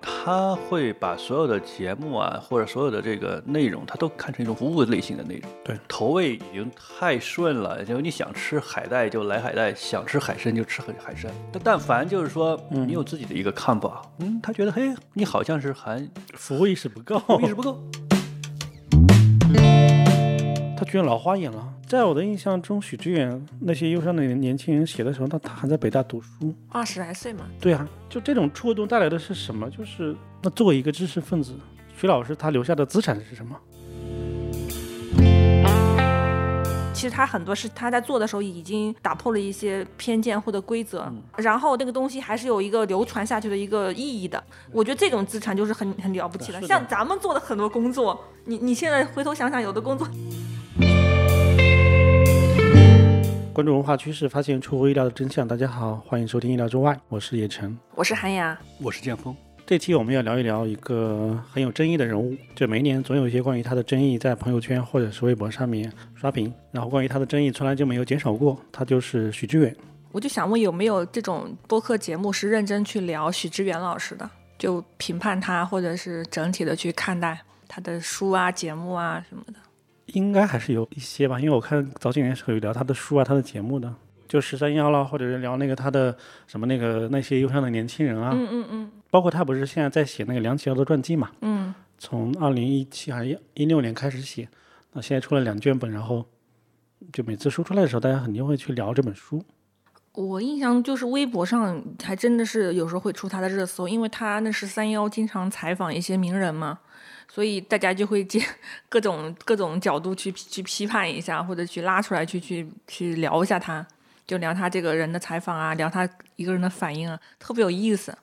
他会把所有的节目啊，或者所有的这个内容，他都看成一种服务类型的内容。对，投喂已经太顺了，就你想吃海带就来海带，想吃海参就吃海海参。但但凡就是说你有自己的一个看法，嗯，他觉得嘿，你好像是含服务意识不够，意识不够。他居然老花眼了。在我的印象中，许知远那些忧伤的年轻人写的时候，他他还在北大读书。二十来岁嘛，对啊，就这种触动带来的是什么？就是那作为一个知识分子，徐老师他留下的资产是什么？其实他很多是他在做的时候已经打破了一些偏见或者规则，嗯然后那个东西还是有一个流传下去的一个意义的。我觉得这种资产就是很很了不起了。是的像咱们做的很多工作，你你现在回头想想，有的工嗯作关注文化趋势，发现出乎意料的真相。大家好，欢迎收听《意料之外》，我是叶晨。我是韩雅， 我是剑锋，这期我们要聊一聊一个很有争议的人物，就每一年总有一些关于他的争议在朋友圈或者是微博上面刷屏，然后关于他的争议从来就没有减少过，他就是许知远。我就想问有没有这种播客节目是认真去聊许知远老师的，就评判他或者是整体的去看待他的书啊、节目啊什么的。应该还是有一些吧，因为我看早几年是有聊他的书啊，他的节目的，就十三幺啦，或者是聊那个他的什么那个那些忧伤的年轻人啊，嗯嗯嗯包括他不是现在在写那个梁启超的传记嘛，嗯，从二零一七还是一六年开始写，那现在出了两卷本，然后就每次书出来的时候，大家肯定会去聊这本书。我印象就是微博上还真的是有时候会出他的热搜，因为他那是三幺经常采访一些名人嘛，所以大家就会借 各种各种角度去去批判一下，或者去拉出来去去去聊一下他，就聊他这个人的采访啊，聊他一个人的反应啊，特别有意思，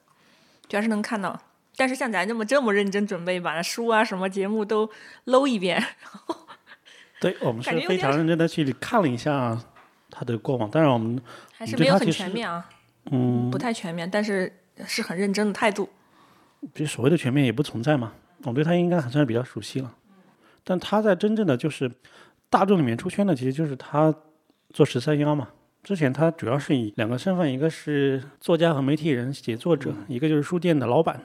主要是能看到。但是像咱这么这么认真准备，把书啊什么节目都搂一遍，对我们是感觉有非点常认真的去看了一下他的过往，当然我们还是对没有他很其实全面啊，嗯，不太全面，但是是很认真的态度。就所谓的全面也不存在嘛，我对他应该还算是比较熟悉了。但他在真正的就是大众里面出圈的，其实就是他做十三幺嘛。之前他主要是以两个身份，一个是作家和媒体人、写作者，一个就是书店的老板，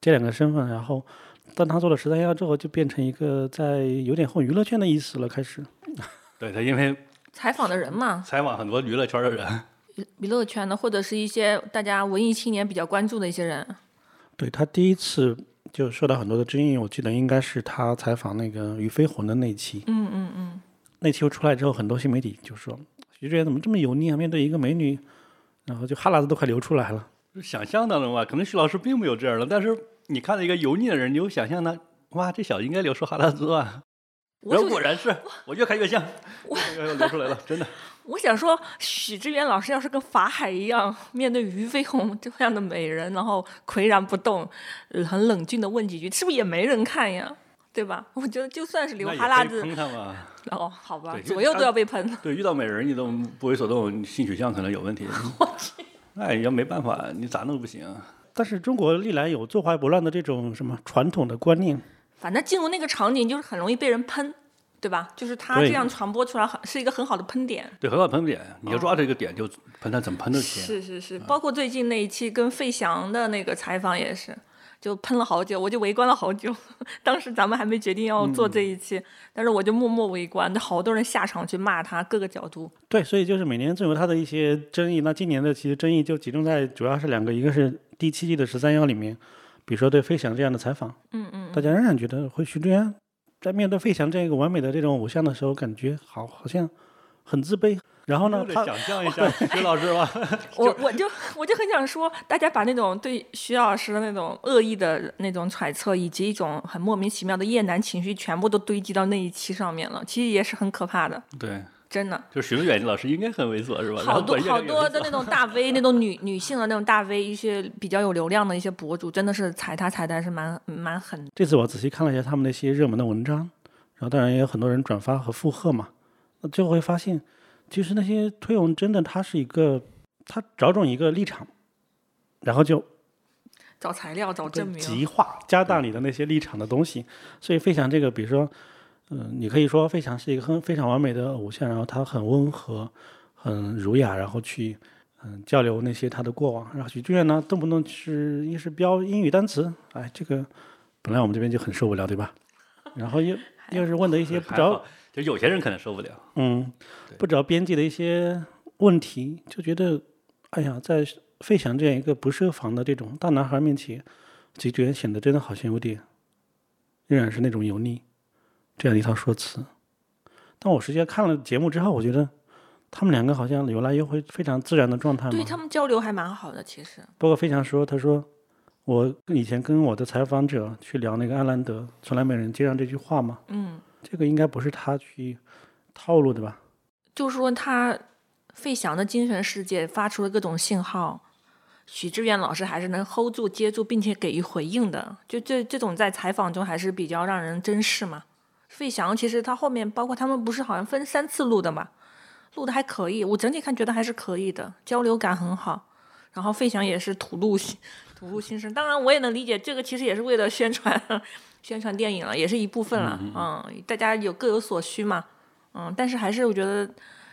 这两个身份。然后，当他做了十三幺之后，就变成一个在有点混娱乐圈的意思了，开始。对他因为采访的人嘛，采访很多娱乐圈的人，娱乐圈的，或者是一些大家文艺青年比较关注的一些人。对他第一次就受到很多的争议，我记得应该是他采访那个俞飞鸿的那一期。嗯嗯嗯，那期又出来之后，很多新媒体就说徐志远怎么这么油腻啊？面对一个美女，然后就哈喇子都快流出来了。 想象当中啊，可能徐老师并没有这样的，但是你看到一个油腻的人，你就想象他，哇，这小子应该流出哈喇子啊。我果就然是，我越看越像， 我流出来了，真的。我想说，许知远老师要是跟法海一样，面对俞飞鸿这样的美人，然后岿然不动，呃很冷峻的问几句，是不是也没人看呀？对吧？我觉得就算 是流哈那喇也可以坑子，他嘛？哦，好吧对，左右都要被喷。对，遇到美人你都不为所动，你性取向可能有问 题。那也没办法，你咋弄不行啊？但是中国历来有坐怀不乱的这种什么传统的观念，反正进入那个场景，就是很容易被人喷，对吧？就是他对这样传播出来很，是一个很好的喷点。对，很好喷点，你要抓这个点就喷他，怎么喷都行。哦是是是，包括最近那一期跟费翔的那个采访也是，就喷了好久，我就围观了好久。 当时咱们还没决定要做这一期，但是我就默默围观，那好多人下场去骂他，各个角度。对，所以就是每年总有它的一些争议。那今年的其实争议就集中在主要是两个，一个是第七季的十三幺里面，比如说对费翔这样的采访，嗯嗯，大家仍然觉得会徐志远在面对费翔这样一个完美的这种偶像的时候，感觉好好像很自卑。然后呢，就他得想象一 下徐老师吧，我我就我就很想说，大家把那种对徐老师的那种恶意的那种揣测，以及一种很莫名其妙的厌男情绪，全部都堆积到那一期上面了，其实也是很可怕的，对，真的。就是许茹芸老师应该很猥琐是吧？然好后多管越来好越多猥的琐那种大 V，那种女女性的那种大 V，一些比较有流量的一些博主，真的是踩他踩的还是蛮蛮狠的。这次我仔细看了一下他们那些热门的文章，然后当然也有很多人转发和附和嘛，那最后会发现，其实那些推文真的他是一个，他找准一个立场，然后就找材料，找证明。极化加大你的那些立场的东西。所以费翔这个，比如说，嗯、你可以说费翔是一个很非常完美的偶像，然后他很温和、很儒雅，然后去嗯交流那些他的过往。然后许志远呢，动不动是一是标英语单词，哎，这个本来我们这边就很受不了，对吧？然后又又是问的一些 不还着好，就有些人可能受不了。嗯，对不着边际的一些问题，就觉得，哎呀，在费翔这样一个不设防的这种大男孩面前，解决显得真的好像有点，仍然是那种油腻这样的一套说辞。但我实际上看了节目之后，我觉得他们两个好像有来有回非常自然的状态嘛对。他们交流还蛮好的，其实包括费翔说，他说我以前跟我的采访者去聊那个阿兰德，从来没有人接上这句话嘛。嗯，这个应该不是他去套路的吧？就是说他费翔的精神世界发出了各种信号，许志远老师还是能 hold 住、接住，并且给予回应的。就这这种在采访中还是比较让人珍视嘛。费翔其实他后面包括他们不是好像分三次录的嘛，录的还可以，我整体看觉得还是可以的，交流感很好。然后费翔也是吐露心吐露心声，当然我也能理解，这个其实也是为了宣传 宣传电影了，也是一部分了。嗯，大家有各有所需嘛。嗯，但是还是我觉得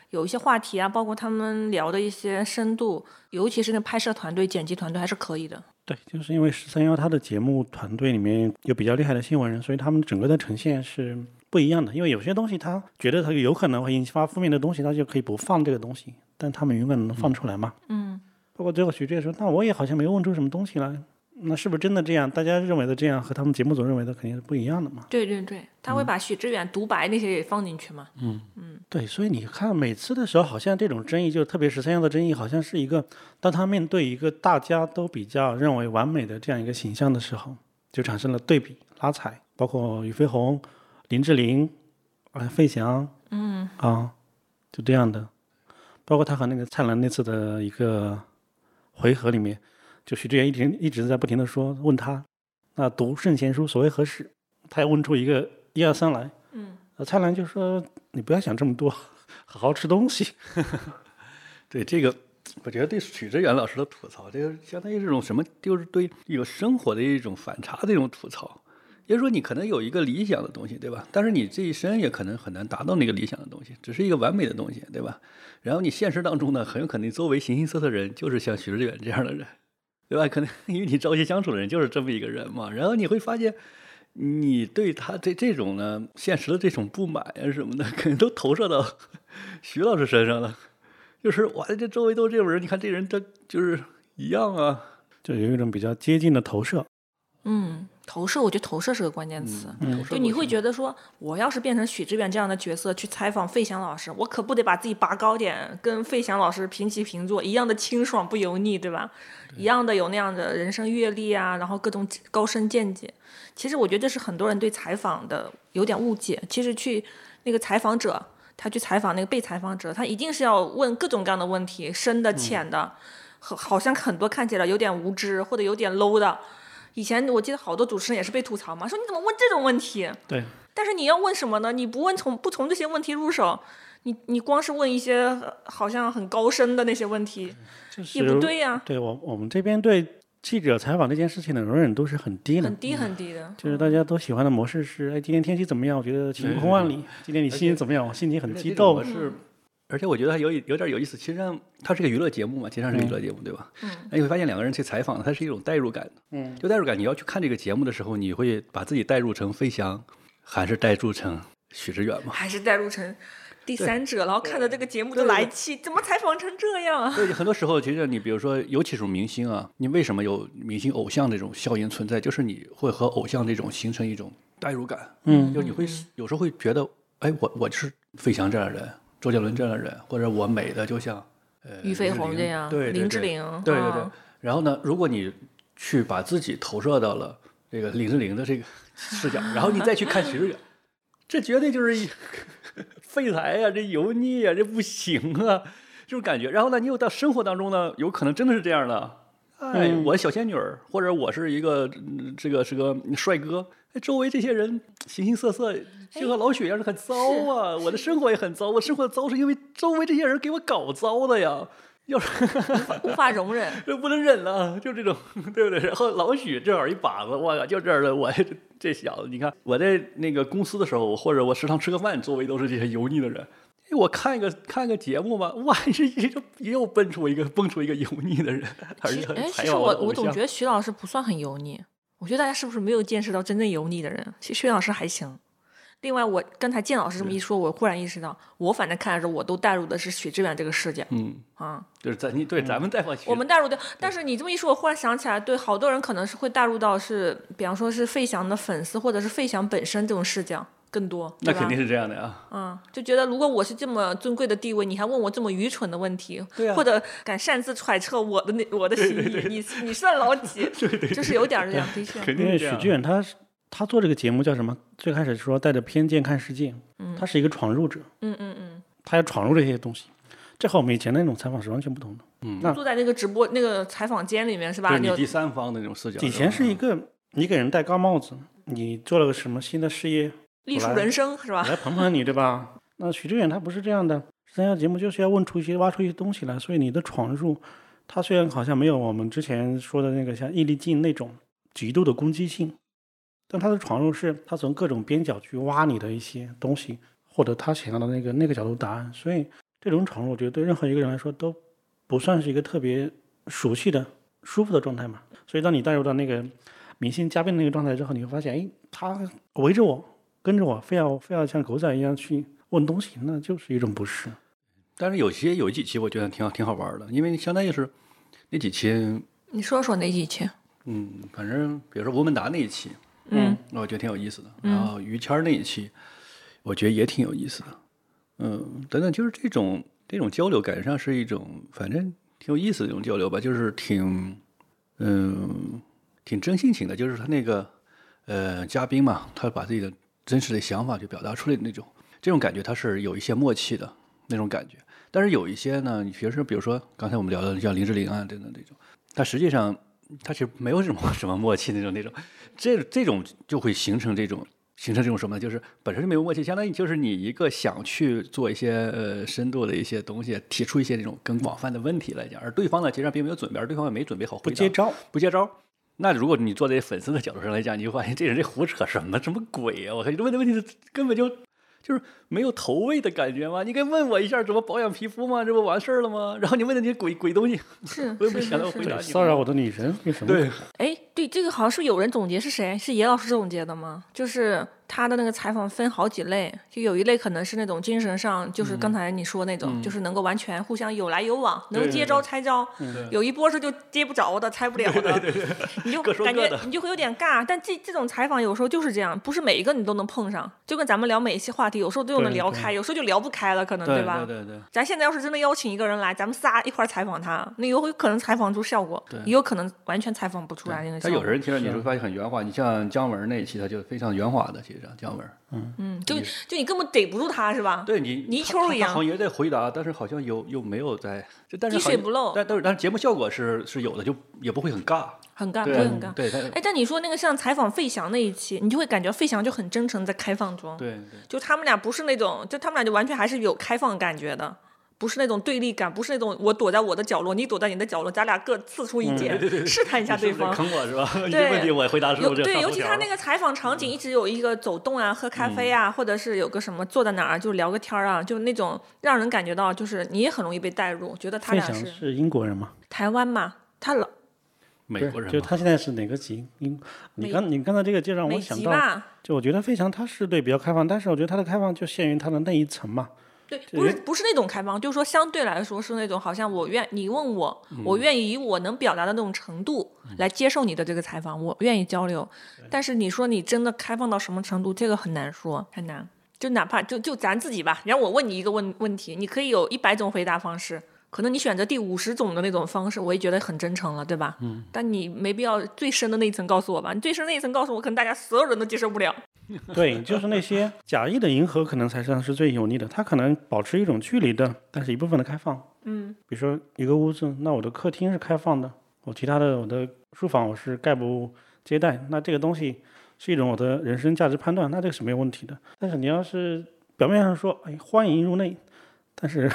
有一些话题啊，包括他们聊的一些深度，尤其是那拍摄团队、剪辑团队还是可以的。对，就是因为十三幺它的节目团队里面有比较厉害的新闻人，所以他们整个的呈现是不一样的。因为有些东西他觉得他有可能会引发负面的东西，他就可以不放这个东西，但他们永远能放出来嘛。嗯，包括最后徐志说：“那我也好像没问出什么东西来，那是不是真的这样？大家认为的这样和他们节目组认为的肯定是不一样的嘛。”对对对，他会把许志远独白那些也放进去嘛？对，所以你看每次的时候，好像这种争议，就特别十三幺的争议，好像是一个当他面对一个大家都比较认为完美的这样一个形象的时候，就产生了对比拉踩，包括俞飞鸿、林志玲、啊费翔，嗯啊，就这样的，包括他和那个蔡澜那次的一个回合里面，就许志远一直一直在不停的说问他，那读圣贤书所谓何事？他也问出一个一二三来。嗯，呃，蔡澜就说：“你不要想这么多， 好好吃东西。对这个，我觉得对许志远老师的吐槽，这个相当于是一种什么，就是对有生活的一种反差的一种吐槽。也就是说，你可能有一个理想的东西，对吧？但是你这一生也可能很难达到那个理想的东西，只是一个完美的东西，对吧？然后你现实当中呢，很有可能周围形形色色的人就是像许志远这样的人，对吧？可能与你朝夕相处的人就是这么一个人嘛。然后你会发现，你对他这这种呢现实的这种不满呀、什么的，可能都投射到 徐老师身上了。就是哇，这周围都这种人，你看这人他就是一样啊，”就有一种比较接近的投射。嗯，投射，我觉得投射是个关键词。嗯，就你会觉得说，我要是变成许志远这样的角色去采访费翔老师，我可不得把自己拔高点，跟费翔老师平起平坐，一样的清爽不油腻，对吧？一样的有那样的人生阅历啊，然后各种高深见解。其实我觉得这是很多人对采访的有点误解。其实去那个采访者，他去采访那个被采访者，他一定是要问各种各样的问题，深嗯的、浅的，好、好像很多看起来有点无知或者有点 low 的。以前我记得好多主持人也是被吐槽嘛，说你怎么问这种问题？对，但是你要问什么呢？你不问从不从这些问题入手，你你光是问一些呃好像很高深的那些问题就是也不对呀、对我我们这边对记者采访这件事情的容忍度是很低的很，低啊很低的。 就是大家都喜欢的模式是：哎，今天天气怎么样？我觉得晴空万里。今天你心情怎么样？我心情很激动而。且这种模式。啊而且我觉得还有一有点有意思，其实上它是个娱乐节目嘛，其实上是个娱乐节目，对吧？嗯。那你会发现两个人去采访，它是一种代入感。嗯，就代入感，你要去看这个节目的时候，你会把自己代入成飞翔，还是代入成许知远嘛？ 还是带入成第三者，然后看着这个节目都来气，怎么采访成这样啊？所以很多时候，其实你比如说，尤其是明星啊，你为什么有明星偶像这种效应存在？就是你会和偶像这种形成一种代入感，嗯，就你会有时候会觉得，哎，我我就是费翔这样的人，周杰伦这样的人，或者我美的就像呃俞飞鸿林志这玲样，对对林志对玲，对对对嗯。然后呢，如果你去把自己投射到了这个林志玲的这个视角，然后你再去看徐志远，这绝对就是一废材呀、这油腻呀、这不行啊，就是感觉。然后呢，你又到生活当中呢，有可能真的是这样的。哎，嗯我小仙女儿，或者我是一个嗯这个是个帅哥，哎，周围这些人形形色色，就和老雪一样，很糟啊。我的生活也很糟，我生活糟是因为周围这些人给我搞糟的呀。要是无法容忍。这不能忍了，啊就这种， 对不对？然后老许正好一把子，我靠，就这样的，我这这小子，你看我在那个公司的时候，或者我食堂吃个饭，周围都是这些油腻的人，哎我看一个看一个节目嘛，哇，这也也有蹦出一个蹦出一个油腻的人， 而其且实，哎，采其实访我的我偶总像觉得徐老师不算很油腻，我觉得大家是不是没有见识到真正油腻的人？其实徐老师还行。另外，我刚才建老师这么一说，我忽然意识到，我反正看的时候，我都带入的是许志远这个视角嗯，啊。就是咱你对咱们再往我们带入的，但是你这么一说，我忽然想起来，对，好多人可能是会带入到是，比方说是费翔的粉丝，或者是费翔本身这种视角更多，那对吧肯定是这样的 啊，嗯，就觉得如果我是这么尊贵的地位，你还问我这么愚蠢的问题，对啊或者敢擅自揣测我的那我的心意，你你算老几？ 就是有点儿这样，的确， 肯因定为嗯是这许样志。远他是他做这个节目叫什么？最开始说带着偏见看世界，他是一个闯入者，嗯嗯嗯。他要闯入这些东西，这和我们以前的那种采访是完全不同的。那坐在那个直播那个采访间里面是吧？就是你你有第三方的那种嗯视角吧，以前是一个你给人戴高帽子，你做了个什么新的事业，艺术来人生是我吧？来捧捧你，对吧？那许志远他不是这样的，三幺节目就是要问出一些挖出一些东西来，所以你的闯入，他虽然好像没有我们之前说的那个像易立竞那种极度的攻击性，但他的闯入是他从各种边角去挖你的一些东西，获得他想要的那个那个角度答案，所以这种闯入，我觉得对任何一个人来说都不算是一个特别熟悉的、舒服的状态嘛。所以当你带入到那个明星嘉宾的那个状态之后，你会发现，哎，他围着我，跟着我，非要非要像狗仔一样去问东西，那就是一种不适。但是有些有几期我觉得挺好挺好玩的，因为相当于是那几期，你说说哪几期？嗯，反正比如说吴孟达那一期，嗯，我觉得挺有意思的。然后于谦儿那一期，我觉得也挺有意思的。嗯，等等，就是这种这种交流，感觉上是一种反正挺有意思的一种交流吧，就是挺嗯挺真性情的，就是他那个呃嘉宾嘛，他把自己的真实的想法去表达出来的那种，这种感觉他是有一些默契的那种感觉。但是有一些呢，你平时比如说刚才我们聊的像林志玲啊等等这种，他实际上他其实没有什么什么默契那种那种，这 这种就会形成这种形成这种什么呢？就是本身就没有默契，相当于就是你一个想去做一些呃深度的一些东西，提出一些这种更广泛的问题来讲，而对方呢其实上并没有准备，而对方也没准备好回不答接招，不接招儿。那如果你坐在粉丝的角度上来讲，你就发现这人这胡扯什么什么鬼啊呀、我靠，你这问的问题是根本就就是没有投喂的感觉吗？你该问我一下怎么保养皮肤吗？这不完事儿了吗？然后你问的那些鬼鬼东西，是我也是没想到是回是。答对，你骚扰我的女神，为什么？对，哎，对，这个好像是有人总结，是谁？是野老师总结的吗？就是他的那个采访分好几类，就有一类可能是那种精神上，就是刚才你说那种，就是能够完全互相有来有往，嗯能对接对嗯招拆招。有一波是就接不着的，拆不了的，你就 各说感各觉的你就会有点尬。但这这种采访有时候就是这样，不是每一个你都能碰上，就跟咱们聊每一期话题，有时候都能对聊对开，有时候就聊不开了，可 能嗯对吧？对对，咱现在要是真的邀请一个人来，咱们仨一块儿采访他，那有可能采访出效果，也有可能完全采访不出来那个效他果。有人听着你会发现很圆滑，你像姜文那一期他就非常圆滑的，其实上姜文，嗯，就就你根本逮不住他是吧？对你泥他鳅他一他样好像也在回答，但是好像有又没有在，就但是滴好水像不漏但但是但是节目效果是是有的，就也不会很尬，很尬，对啊会很尬。对他哎，但你说那个像采访费翔那一期，你就会感觉费翔就很真诚，在开放中。对对就他们俩不是那种，就他们俩就完全还是有开放感觉的，不是那种对立感，不是那种我躲在我的角落，你躲在你的角落，咱俩各刺出嗯一剑，试探一下你是对不是方在。坑我是吧？ 一对个问题我回答是有不是对，上尤头其条他了那个采访场景一直有一个走动啊、喝咖啡啊，或者是有个什么坐在哪儿就聊个天儿啊，就那种让人感觉到，就是你也很容易被带入，觉得他费俩翔是是英国人嘛？台湾嘛，他老美对国，人就嘛他现在是哪个籍？你你美刚你刚才这个就让美我想籍到，吧，就我觉得费翔他是对比较开放，但是我觉得他的开放就限于他的那一层嘛。对，不是不是那种开放，就是说相对来说是那种好像我愿你问我，嗯我愿意以我能表达的那种程度来接受你的这个采访，我愿意交流。但是你说你真的开放到什么程度，这个很难说，很难。就哪怕就就咱自己吧，然后我问你一个问问题，你可以有一百种回答方式，可能你选择第五十种的那种方式，我也觉得很真诚了，对吧？嗯。但你没必要最深的那一层告诉我吧，你最深的那一层告诉我，可能大家所有人都接受不了。对，就是那些假意的迎合，可能才算是最油腻的。他可能保持一种距离的，但是一部分的开放。嗯，比如说一个屋子，那我的客厅是开放的，我其他的我的书房我是概不接待。那这个东西是一种我的人生价值判断，那这个是没有问题的。但是你要是表面上说，哎，欢迎入内，但是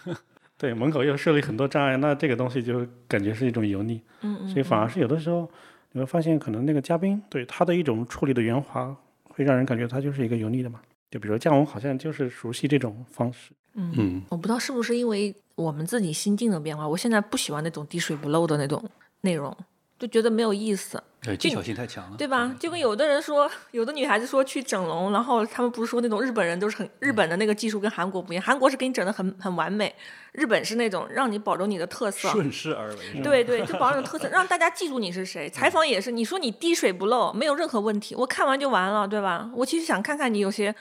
对门口又设立很多障碍，那这个东西就感觉是一种油腻。嗯嗯。所以反而是有的时候你会发现，可能那个嘉宾对他的一种处理的圆滑，会让人感觉他就是一个油腻的嘛。就比如姜文好像就是熟悉这种方式，嗯，我不知道是不是因为我们自己心境的变化，我现在不喜欢那种滴水不漏的那种内容，就觉得没有意思，对，技巧性太强了，对吧？就跟有的人说，有的女孩子说去整容，然后他们不是说那种日本人都是很日本的那个技术跟韩国不一样，韩国是给你整的很很完美，日本是那种让你保留你的特色，顺势而为，是吧，对对，就保证特色，让大家记住你是谁。采访也是，你说你滴水不漏，没有任何问题，我看完就完了，对吧？我其实想看看你有些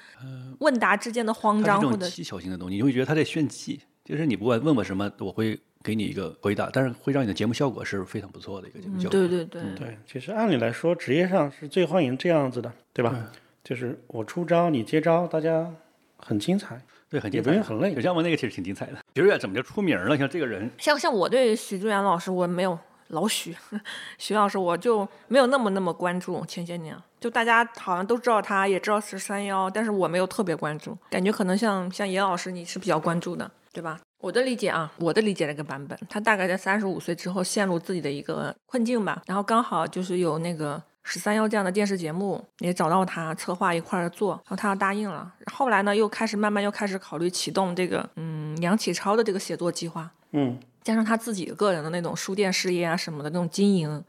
问答之间的慌它张，是呃这或种者技巧性的东西，你会觉得他在炫技，就是你不管问我什么，我会给你一个回答，但是会让你的节目效果是非常不错的一个节目嗯效果，对对对，对，其实按理来说，职业上是最欢迎这样子的，对吧？嗯就是我出招，你接招，大家很精彩，对，很也精不彩用的。很累有。像我那个其实挺精彩的，徐志远怎么就出名了？像这个人，像像我对许志远老师，我没有老许 许老师，我就没有那么那么关注。前些年就大家好像都知道他，也知道十三幺，但是我没有特别关注，感觉可能像像严老师你是比较关注的，对吧？我的理解啊，我的理解这个版本，他大概在三十五岁之后陷入自己的一个困境吧，然后刚好就是有那个十三幺这样的电视节目也找到他策划一块儿做，然后他答应了。后来呢，又开始慢慢又开始考虑启动这个嗯梁启超的这个写作计划，嗯，加上他自己个人的那种书店事业啊什么的那种经营，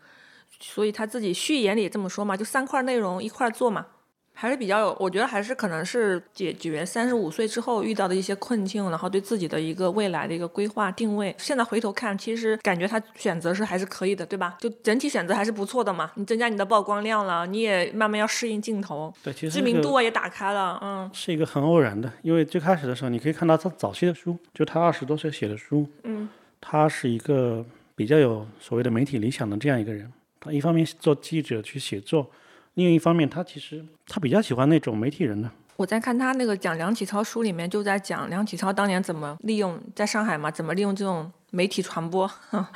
所以他自己序言里也这么说嘛，就三块内容一块儿做嘛，还是比较有，我觉得还是可能是解决三十五岁之后遇到的一些困境，然后对自己的一个未来的一个规划定位。现在回头看，其实感觉他选择是还是可以的，对吧？就整体选择还是不错的嘛，你增加你的曝光量了，你也慢慢要适应镜头，对，其实知这名个度啊也打开了，嗯是一个很偶然的，因为最开始的时候，你可以看到他早期的书，就他二十多岁写的书，嗯，他是一个比较有所谓的媒体理想的这样一个人。他一方面做记者去写作，另一方面他其实他比较喜欢那种媒体人的，我在看他那个讲梁启超书里面，就在讲梁启超当年怎么利用在上海嘛，怎么利用这种媒体传播，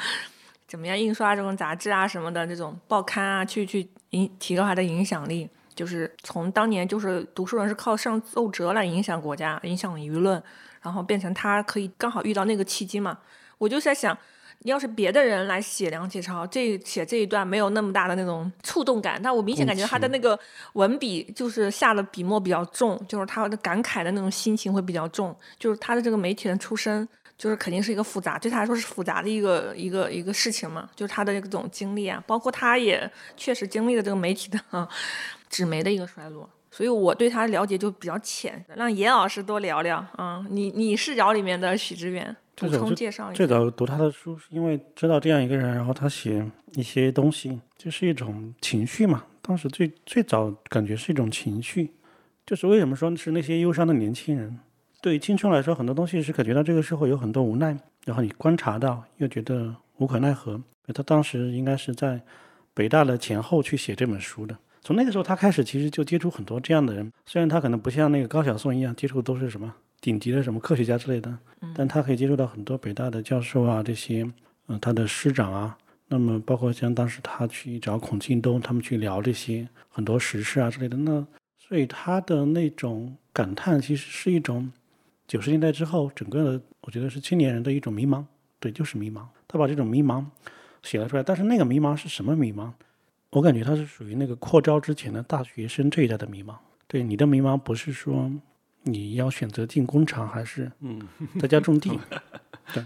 怎么样印刷这种杂志啊什么的这种报刊啊，去去影提高他的影响力。就是从当年就是读书人是靠上奏折来影响国家、影响舆论，然后变成他可以刚好遇到那个契机嘛。我就在想，要是别的人来写梁启超，这写这一段没有那么大的那种触动感，但我明显感觉他的那个文笔就是下的笔墨比较重，就是他的感慨的那种心情会比较重，就是他的这个媒体人出身，就是肯定是一个复杂，对他来说是复杂的一个一个一个事情嘛，就是他的这种经历啊，包括他也确实经历了这个媒体的、啊、纸媒的一个衰落。所以我对他了解就比较浅，让严老师多聊聊啊、你你视角里面的许知远这补种充就介绍一下最。早读他的书是因为知道这样一个人，然后他写一些东西，就是一种情绪嘛。当时最最早感觉是一种情绪，就是为什么说是那些忧伤的年轻人，对于青春来说，很多东西是感觉到这个社会有很多无奈，然后你观察到又觉得无可奈何。他当时应该是在北大的前后去写这本书的。从那个时候，他开始其实就接触很多这样的人，虽然他可能不像那个高晓松一样接触都是什么顶级的什么科学家之类的，但他可以接触到很多北大的教授啊，这些，嗯、他的师长啊，那么包括像当时他去找孔敬东，他们去聊这些很多时事啊之类的，那所以他的那种感叹其实是一种九十年代之后整个的，我觉得是青年人的一种迷茫，对，就是迷茫，他把这种迷茫写了出来，但是那个迷茫是什么迷茫？我感觉他是属于那个扩招之前的大学生这一代的迷茫，对你的迷茫不是说你要选择进工厂还是嗯，在家种地。对，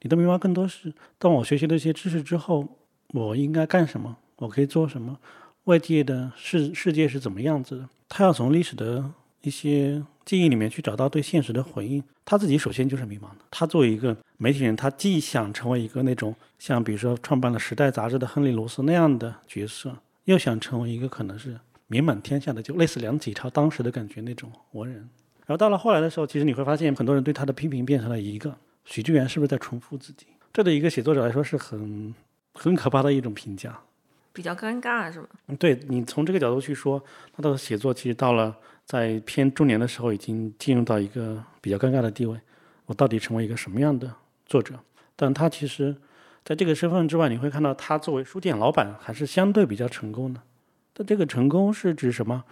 你的迷茫更多是，当我学习了一些知识之后，我应该干什么？我可以做什么？外界的世世界是怎么样子的？他要从历史的一些记忆里面去找到对现实的回应。他自己首先就是迷茫的。他作为一个媒体人，他既想成为一个那种像比如说创办了《时代》杂志的亨利·罗斯那样的角色，又想成为一个可能是名满天下的，就类似梁启超当时的感觉那种文人。然后到了后来的时候，其实你会发现，很多人对他的批评变成了一个许志远是不是在重复自己？这对一个写作者来说是很很可怕的一种评价。比较尴尬是吧？嗯对你从这个角度去说，他的写作其实到了在偏中年的时候，已经进入到一个比较尴尬的地位。我到底成为一个什么样的作者？但他其实在这个身份之外，你会看到他作为书店老板还是相对比较成功的。但这个成功是指什么？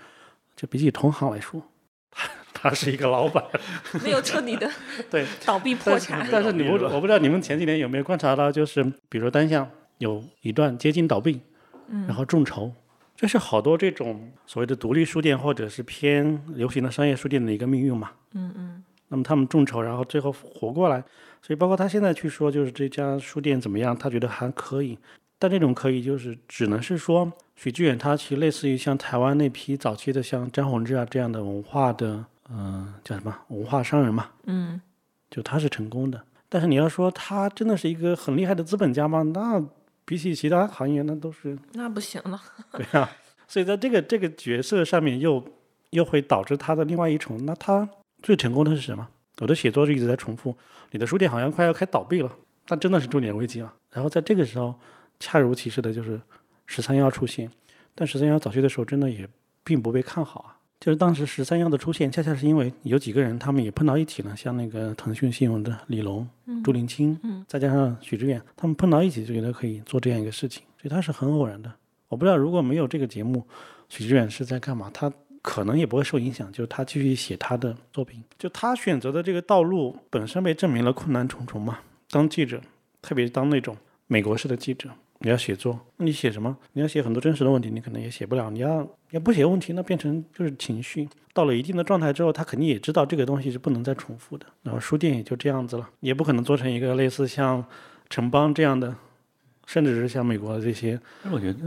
就比起同行来说， 他他是一个老板。没有彻底的 对倒闭破产。但是你不，我不知道你们前几年有嗯没有观察到，就是比如说单项有一段接近倒闭，然后众筹，就是好多这种所谓的独立书店或者是偏流行的商业书店的一个命运嘛。嗯嗯，那么他们众筹，然后最后活过来。所以包括他现在去说，就是这家书店怎么样，他觉得还可以。但这种可以就是只能是说，许志远他其实类似于像台湾那批早期的像张宏志啊这样的文化的，嗯、叫什么文化商人嘛，嗯，就他是成功的。但是你要说他真的是一个很厉害的资本家吗？那比起其他行业，那都是那不行了。 对啊，所以在这个这个角色上面又又会导致他的另外一重，那他最成功的是什么？我的写作就一直在重复，你的书店好像快要开倒闭了，那真的是重点危机了。然后在这个时候，恰如其时的就是十三幺出现，但十三幺早期的时候真的也并不被看好啊。就是当时十三幺的出现，恰恰是因为有几个人他们也碰到一起了，像那个腾讯信用的李龙、朱林清，嗯再加上许知远，他们碰到一起就觉得可以做这样一个事情，所以他是很偶然的。我不知道如果没有这个节目，许志远是在干嘛？他可能也不会受影响，就是他继续写他的作品。就他选择的这个道路本身被证明了困难重重嘛。当记者，特别是当那种美国式的记者，你要写作，那你写什么？你要写很多真实的问题，你可能也写不了。你要要不写问题，那变成就是情绪。到了一定的状态之后，他肯定也知道这个东西是不能再重复的。然后书店也就这样子了，也不可能做成一个类似像城邦这样的，甚至是像美国的这些但是我觉得，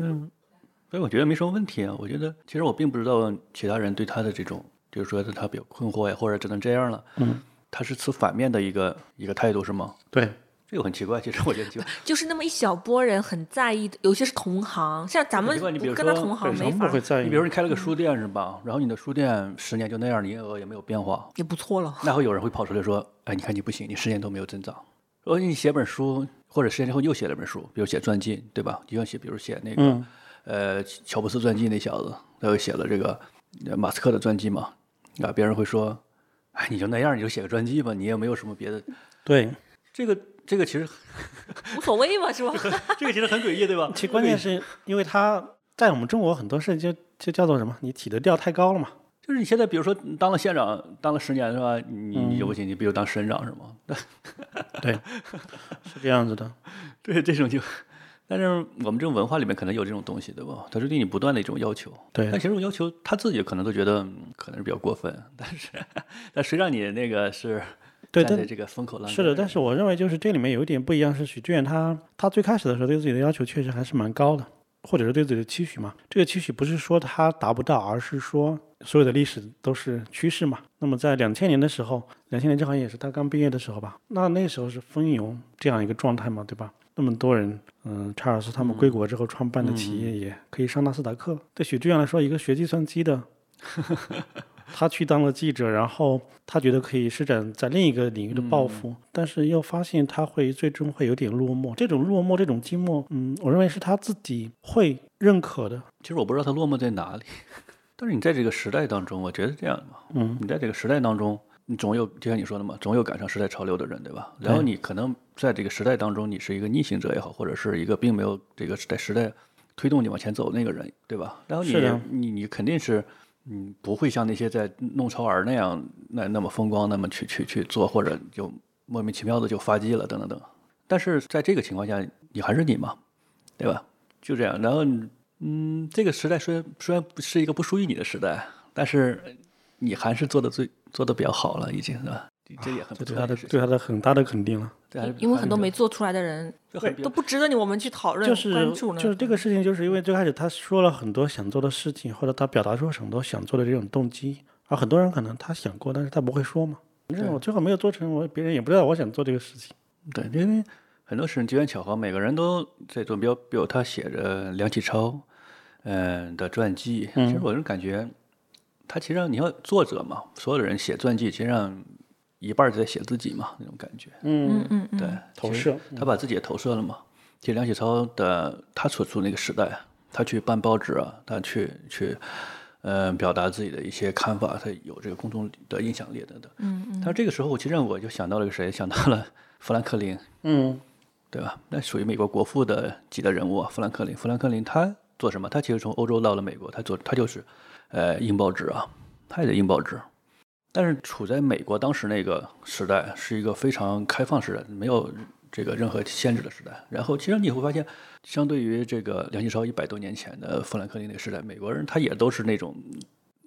所以我觉得没什么问题啊。我觉得其实我并不知道其他人对他的这种，就是说他比较困惑呀，或者只能这样了，嗯，他是持反面的一个一个态度是吗？对这个很奇怪，其实我觉得很奇 怪。就是那么一小波人很在意的，有些是同行，像咱们奇怪你比不如跟他说同行本没身法不，会在意。你比如说你开了个书店是吧？然后你的书店十年就那样，你营业额也没有变化，也不 错了。那会有人会跑出来说：“哎，你看你不行，你十年都没有增长。”说你写本书，或者十年之后又写了本书，比如写传记，对吧？就像写，比如写那个、嗯呃乔布斯传记那小子，他又写了这个呃马斯克的传记嘛，啊，别人会说：“哎，你就那样，你就写个传记吧，你也没有什么别的。对，”这个这个其实无所谓吧，是 吧？这个其实很诡异，对吧？其实关键是因为他在我们中国很多事就就叫做什么，你起的调太高了嘛。就是你现在比如说你当了县长，当了十年是吧？你嗯你就不行，你比如当省长是吗？ 对，是这样子的。对，这种就，但是我们这种文化里面可能有这种东西，对吧？他是对你不断的一种要求，对但其实这种要求他自己可能都觉得嗯可能是比较过分，但是 但谁让你那个是对，站在但这个风口浪尖是的，但是是我认为就是这里面有一点不一样是许志远他他最开始的时候对自己的要求确实还是蛮高的，或者是对自己的期许嘛。这个期许不是说他达不到，而是说所有的历史都是趋势嘛。那么在两千年的时候，两千年正好也是他刚毕业的时候吧，那那时候是蜂拥这样一个状态嘛，对吧？那么多人，嗯，查尔斯他们归国之后创办的企业也可以上纳斯达克。对许志远来说，一个学计算机的， 他去当了记者，然后他觉得可以施展在另一个领域的嗯抱负，但是又发现他会最终会有点落寞。这种落寞，这种寂寞，嗯，我认为是他自己会认可的。其实我不知道他落寞在哪里， 但是你在这个时代当中，我觉得这样嘛，嗯，你在这个时代当中，你总有就像你说的嘛，总有赶上时代潮流的人，对吧？然后你可能在这个时代当中，你是一个逆行者也好，或者是一个并没有这个在时代推动你往前走的那个人，对吧？然后你是的你你肯定是。嗯，不会像那些在弄潮儿那样那那么风光，那么去去去做，或者就莫名其妙的就发迹了，等等等。但是在这个情况下，你还是你嘛，对吧？就这样。然后你，嗯，这个时代虽然虽然不是一个不属于你的时代，但是你还是做的最做的比较好了，已经是吧？这这也很这不错对他的的一个事情，对他的很大的肯定了。这还是因为很多没还是做出来的人比较这很比都较不值得你我们去讨论、就是关注呢。就是这个事情，就是因为最开始他说了很多想做的事情，或者他表达出很多想做的这种动机，而很多人可能他想过，但是他不会说嘛。反正我最后没有做成，我别人也不知道我想做这个事情。对，因为很多事情机缘巧合，每个人都在做。比如，比如他写着梁启超，嗯、的传记，其实我就感觉，他其实让你要作者嘛，所有的人写传记，其实上一半儿在写自己嘛，那种感觉。嗯嗯嗯，对，投其实射他把自己也投射了嘛。其实梁启超的他所处那个时代，他去办报纸啊，他去去，呃，表达自己的一些看法，他有这个公众的影响力等等。嗯但是这个时候，我其实我就想到了一个谁，想到了 富兰克林，嗯，对吧？那属于美国国父的级的人物啊，富兰克林。富兰克林他做什么？他其实从欧洲到了美国，他做他就是，呃，印报纸啊，他也得印报纸。但是处在美国当时那个时代，是一个非常开放时代，没有这个任何限制的时代。然后其实你会发现，相对于这个梁启超一百多年前的富兰克林那个时代，美国人他也都是那种。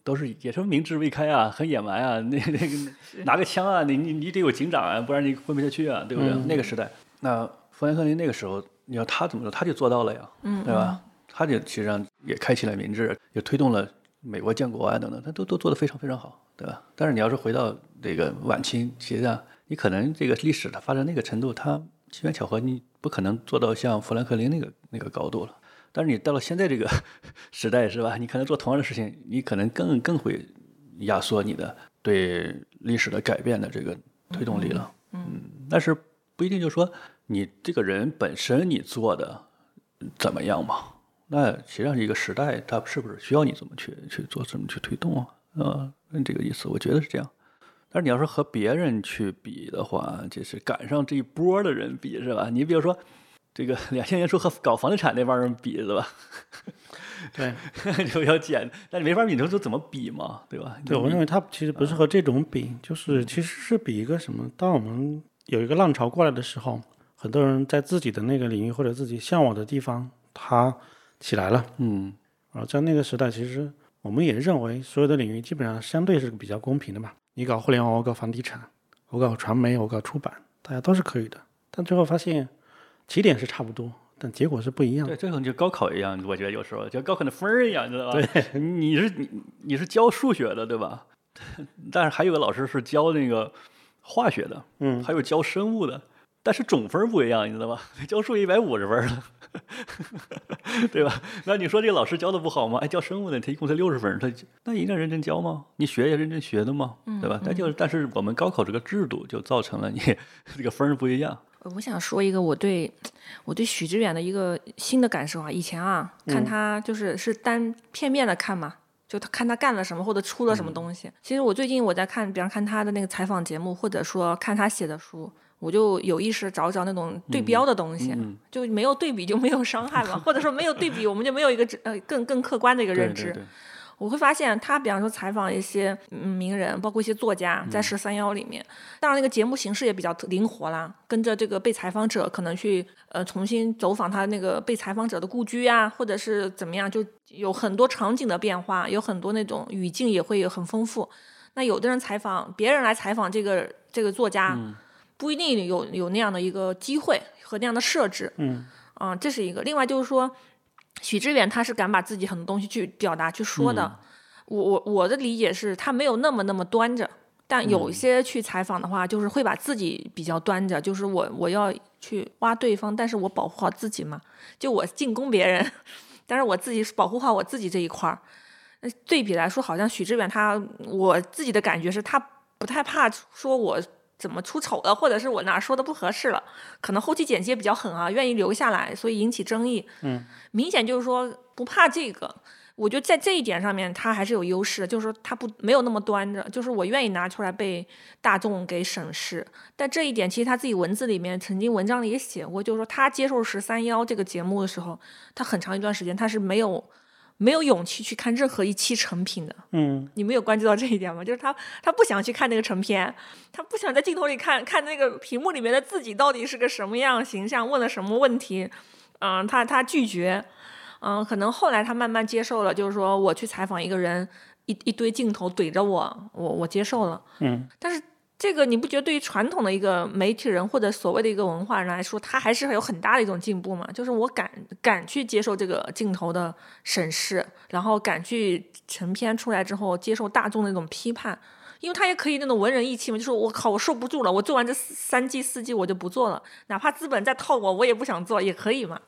都是也是明智未开啊，很野蛮啊，那那个拿个枪啊，你你你得有警长啊，不然你混不下去啊，对不对？那个时代，那富兰克林那个时候，你要他怎么做，他就做到了呀，嗯对吧？他就其实上也开启了民治，也推动了美国建国啊等等，他都都做得非常非常好，对吧？但是你要是回到这个晚清，其实啊，你可能这个历史它发展那个程度，它机缘巧合，你不可能做到像富兰克林那个那个高度了。但是你到了现在这个 时代，是吧？你可能做同样的事情，你可能更更会压缩你的对历史的改变的这个推动力了。嗯，但是不一定就说你这个人本身你做的怎么样嘛？那实际上是一个时代，它是不是需要你怎么去去做，怎么去推动啊？呃，嗯这个意思，我觉得是这样。但是你要是和别人去比的话，就是赶上这一波的人比是吧？你比如说，这个两千年初和搞房地产那帮人比是吧？对， 就要减，但是没法比，你能说怎么比嘛？对吧？对，我认为它其实不是和这种比，就是其实是比一个什么？当我们有一个浪潮过来的时候，很多人在自己的那个领域或者自己向往的地方，它起来了。嗯啊，在那个时代，其实我们也认为所有的领域基本上相对是比较公平的嘛。你搞互联网，我搞房地产，我搞传媒，我搞出版，大家都是可以的。但最后发现，起点是差不多，但结果是不一样的。对，这种就高考一样，我觉得有时候就高考的分儿一样，你知道吧？对，你是你你是教数学的，对吧？ 但是还有个老师是教那个化学的，嗯，还有教生物的，但是总分儿不一样，你知道吧？ 教数学一百五十分儿了， 对吧？那你说这个老师教的不好吗？哎，教生物的他一共才六十分儿，他那一定认真教吗？你学也认真学的吗？嗯对吧？但就是但是我们高考这个制度就造成了你 这个分儿不一样，呃我想说一个我对我对许知远的一个新的感受啊。以前啊，嗯看他就是是单片面的看嘛，就他看他干了什么或者出了什嗯么东西。其实我最近我在看，比方看他的那个采访节目，或者说看他写的书。我就有意识找找那种对标的东嗯西，就没有对比就没有伤害嘛，或者说没有对比，我们就没有一个呃更更客观的一个对认知。对对 我会发现他，比方说采访一些嗯名人，包括一些作家，在十三幺里面，当然那个节目形式也比较灵活啦，跟着这个被采访者可能去呃重新走访他那个被采访者的故居啊，或者是怎么样，就有很多场景的变化，有很多那种语境也会很丰富。那有的人采访别人来采访这个这个作家，不一定有有那样的一个机会和那样的设置。嗯，啊、这是一个。另外就是说，许知远他是敢把自己很多东西去表达、去说的。我我我的理解是，他没有那么那么端着，但有一些去采访的话，就是会把自己比较端着，就是我我要去挖对方，但是我保护好自己嘛，就我进攻别人，但是我自己保护好我自己这一块儿。那对比来说，好像许知远他，我自己的感觉是他不太怕说我怎么出丑了，或者是我哪儿说的不合适了，可能后期剪辑也比较狠啊，愿意留下来，所以引起争议。嗯，明显就是说不怕这个。我觉得在这一点上面，他还是有优势的，就是说他不没有那么端着，就是我愿意拿出来被大众给审视。但这一点其实他自己文字里面曾经文章里也写过，就是说他接受十三幺这个节目的时候，他很长一段时间他是没有没有勇气去看任何一期成品的。嗯，你们有关注到这一点吗？就是他，他不想去看那个成片，他不想在镜头里看看那个屏幕里面的自己到底是个什么样形象，问了什么问题，嗯、他他拒绝，嗯、可能后来他慢慢接受了，就是说我去采访一个人，一一堆镜头怼着我，我我接受了，嗯，但是这个你不觉得对于传统的一个媒体人或者所谓的一个文化人来说，他还是有很大的一种进步嘛？就是我敢敢去接受这个镜头的审视，然后敢去成片出来之后接受大众的那种批判，因为他也可以那种文人意气嘛，就是我靠，我受不住了，我做完这四三季四季我就不做了，哪怕资本再套我，我也不想做，也可以嘛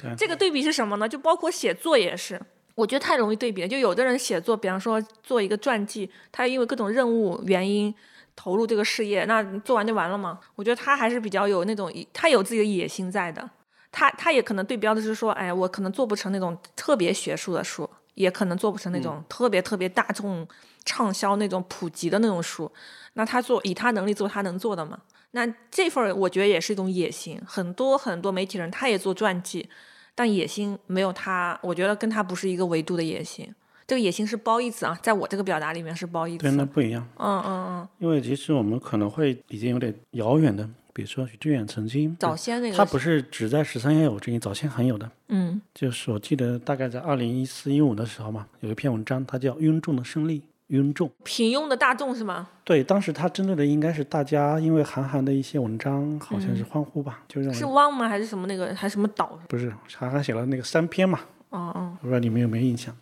对。这个对比是什么呢？就包括写作也是，我觉得太容易对比了。就有的人写作，比方说做一个传记，他因为各种任务原因投入这个事业，那做完就完了嘛。我觉得他还是比较有那种，他有自己的野心在的。他他也可能对标的是说，哎，我可能做不成那种特别学术的书，也可能做不成那种特别特别大众畅销那种普及的那种书。那他做以他能力做他能做的嘛？那这份儿我觉得也是一种野心。很多很多媒体人他也做传记，但野心没有他，我觉得跟他不是一个维度的野心。这个野心是褒义词啊，在我这个表达里面是褒义词。对，那不一样。嗯嗯因为其实我们可能会已经有点遥远的比如说许志远曾经，早先那个他不是只在十三幺有这个，早先还有的。嗯就是我记得大概在二零一四一五的时候嘛，有一篇文章，它叫《庸众的胜利》。庸众平庸的大众是吗？对，当时他针对的应该是大家因为韩寒的一些文章，好像是欢呼吧，就认为嗯是汪吗？还是什么那个？还是什么岛？不是韩寒写了那个三篇嘛，哦哦，不知道你们有没有印象？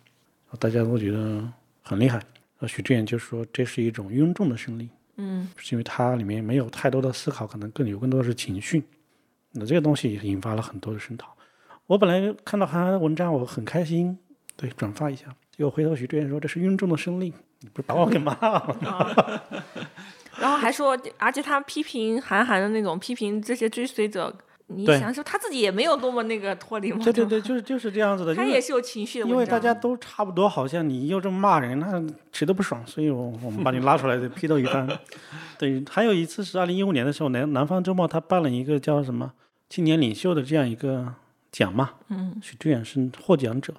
大家都觉得很厉害。呃，许志远就说这是一种庸众的胜利，嗯，是因为它里面没有太多的思考，可能更有更多的是情绪。那这个东西也引发了很多的声讨。我本来看到韩寒的文章，我很开心，对，转发一下。结果回头许志远说这是庸众的胜利，你不是把我给骂了？然后还说，而且他批评韩寒的那种批评这些追随者，你对想说他自己也没有多么那个脱离嘛， 对对对，就是就是这样子的，他因也为是有情绪的啊因为文章大家都差不多，好像你又这么骂人，那谁都不爽，所以我我们把你拉出来批斗一 番。对，还有一次是二零一五年的时候，南南方周末他办了一个叫什么青年领袖的这样一个奖嘛，嗯，许志远是获奖者，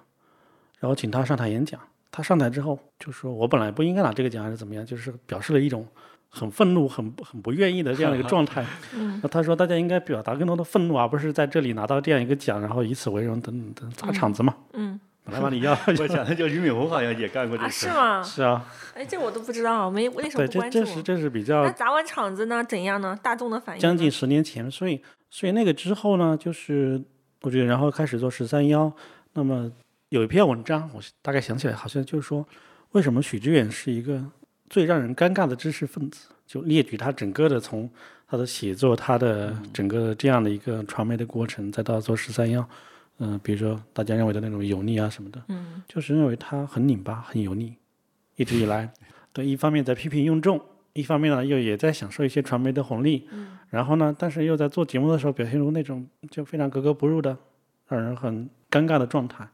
然后请他上台演讲。他上台之后就说：“我本来不应该拿这个奖，还是怎么样？”就是表示了一种很愤怒、很很不愿意的这样一个状 态。嗯那他说：“大家应该表达更多的愤怒，而不是在这里拿到这样一个奖，然后以此为荣，等等等砸场子嘛。嗯本来嘛，你要我想的就俞敏洪好像也干过这啊事是儿。吗？是啊，哎，这我都不知道，没为什对，么不这关注这？是这是比较那砸完场子呢？怎样呢？大众的反应呢将近十年前，所以所以那个之后呢，就是我觉得然后开始做十三幺，那么有一篇文章，我大概想起来，好像就是说为什么许知远是一个最让人尴尬的知识分子，就列举他整个的从他的写作，他的嗯整个这样的一个传媒的过程，再到做十三幺。嗯、比如说大家认为的那种油腻啊什么的，嗯就是认为他很拧巴、很油腻，一直以来，对，一方面在批评用众，一方面呢又也在享受一些传媒的红利，嗯然后呢，但是又在做节目的时候表现出那种就非常格格不入的，让人很尴尬的状态。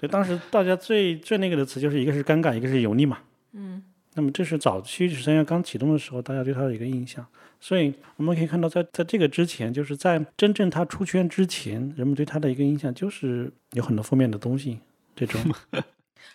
对，当时大家最最那个的词就是一个是尴尬，一个是油腻嘛。嗯那么这是早期十三幺刚启动的时候，大家对他的一个印象。所以我们可以看到在，在这个之前，就是在真正他出圈之前，人们对他的一个印象就是有很多负面的东西。这种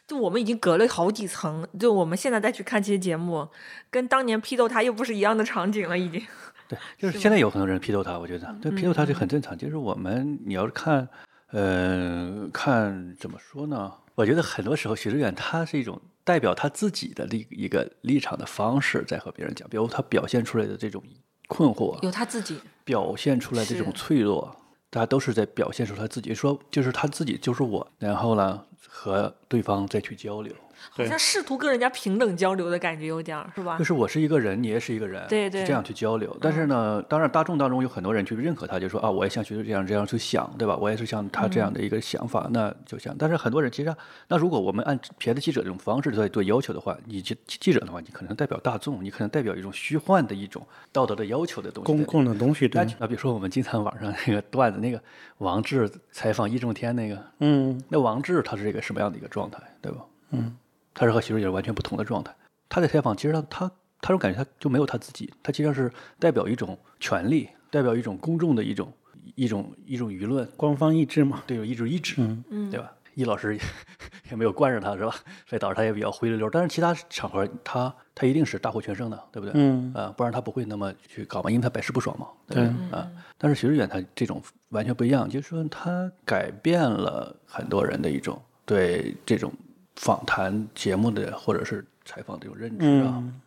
就我们已经隔了好几层，就我们现在再去看这些节目，跟当年批斗他又不是一样的场景了，已经。对，就是是嗯现在有很多人批斗他，我觉得对批斗他这很正常。就是我们你要是看，呃，看怎么说呢？我觉得很多时候许知远他是一种代表他自己的立一个立场的方式在和别人讲，比如他表现出来的这种困惑，有他自己，表现出来的这种是脆弱，他都是在表现出他自己，说就是他自己就是我，然后呢和对方再去交流，好像试图跟人家平等交流的感觉有点儿，是吧就？是我是一个人，你也是一个人，对是对嗯这样去交流。但是呢，当然大众当中有很多人去认可他，就说啊，我也像徐志这样这样去想，对吧？我也是像他这样嗯的一个想法，那就想。但是很多人其实啊，那如果我们按别的记者这种方式在做要求的话，你记记者的话，你可能代表大众，你可能代表一种虚幻的一种道德的要求的东西在里公面。共的东西，对那，那比如说我们经常网上那个段子，那个王志采访易中天那个，嗯，那王志他是一个什么样的一个状态，对吧？嗯，他是和徐志远完全不同的状态。他在采访，其实他他他这种感觉他就没有他自己，他其实是代表一种权利，代表一种公众的一种一种一种舆论，官方意志嘛，对，有一种意志，嗯对吧？易老师也 也没有惯着他，是吧？所以导致他也比较灰溜溜。但是其他场合他他一定是大获全胜的，对不对？嗯，呃，不然他不会那么去搞嘛，因为他百试不爽嘛，对对吧，啊。但是徐志远他这种完全不一样，就是说他改变了很多人的一种对这种访谈节目的或者是采访的这种认知啊。嗯，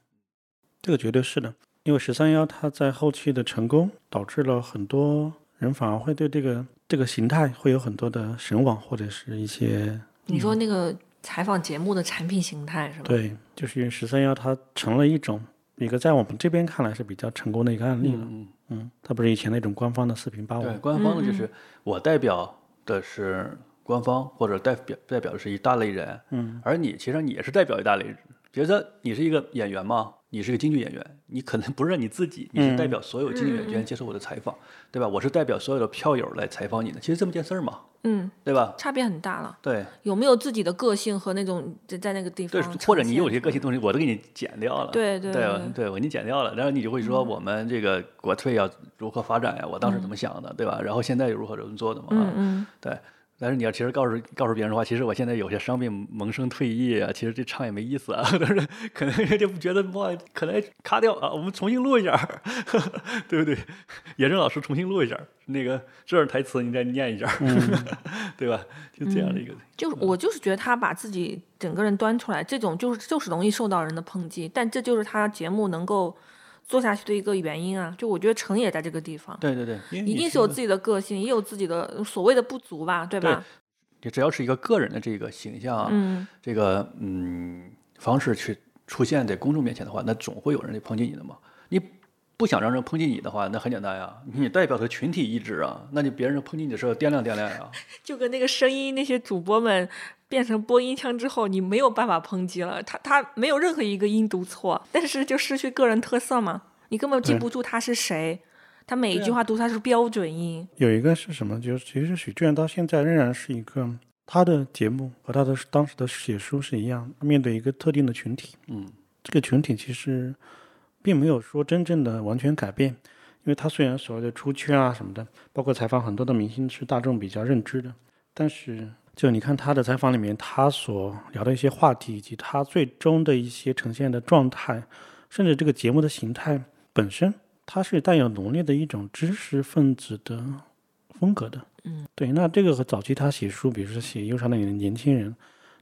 这个绝对是的，因为十三幺它在后期的成功，导致了很多人反而会对这个这个形态会有很多的神往，或者是一些你说那个采访节目的产品形态是吧？对，就是因为十三幺它成了一种一个在我们这边看来是比较成功的一个案例了。嗯，嗯，它不是以前那种官方的四平八对，稳，官方的就嗯是我代表的是官方，或者代表代表的是一大类人，嗯，而你其实你也是代表一大类人。比如说你是一个演员嘛，你是个京剧演员，你可能不是你自己，你是代表所有京剧嗯演员接受我的采访，对吧？我是代表所有的票友来采访你的，其实这么件事儿嘛，嗯，对吧？差别很大了。对，有没有自己的个性和那种在在那个地对方，呈现出或来？者你有些个性东西我都给你剪掉了，对对对嗯对我给你剪掉了，然后你就会说我们这个国粹要如何发展呀？我当时怎么想的，对吧？然后现在又如何怎么做的嘛？嗯嗯对，但是你要其实告诉告诉别人的话，其实我现在有些伤病萌生退役啊，其实这唱也没意思啊， 但是可能人家不觉得哇，可能咔掉啊，我们重新录一下儿， 对不对？野正老师重新录一下儿那个这儿台词，你再念一下儿，嗯 对吧？就这样的一个，就是嗯我就是觉得他把自己整个人端出来，这种就是就是容易受到人的抨击，但这就是他节目能够做下去的一个原因啊。就我觉得成也在这个地方，对对对，因为一你定是说有的自己的个性，也有自己的所谓的不足吧，对吧？你只要是一个个人的这个形象啊，嗯这个嗯方式去出现在公众面前的话，那总会有人来抨击你的嘛。你不想让人抨击你的话，那很简单呀，你代表的群体意志啊，那你别人抨击你的时候掂量掂量 呀。就跟那个声音那些主播们变成播音腔之后，你没有办法抨击了，他他没有任何一个音读错，但是就失去个人特色嘛，你根本记对不住他是谁，他每一对句啊话读出来是标准音，有一个是什么？就是其实许志远到现在仍然是一个他的节目和他的当时的写书是一样，面对一个特定的群体，嗯，这个群体其实并没有说真正的完全改变，因为他虽然所谓的出圈啊什么的，包括采访很多的明星是大众比较认知的，但是就你看他的采访里面，他所聊的一些话题，以及他最终的一些呈现的状态，甚至这个节目的形态本身，它是带有浓烈的一种知识分子的风格的。嗯，对，那这个和早期他写书，比如说写《忧伤的年年轻人》，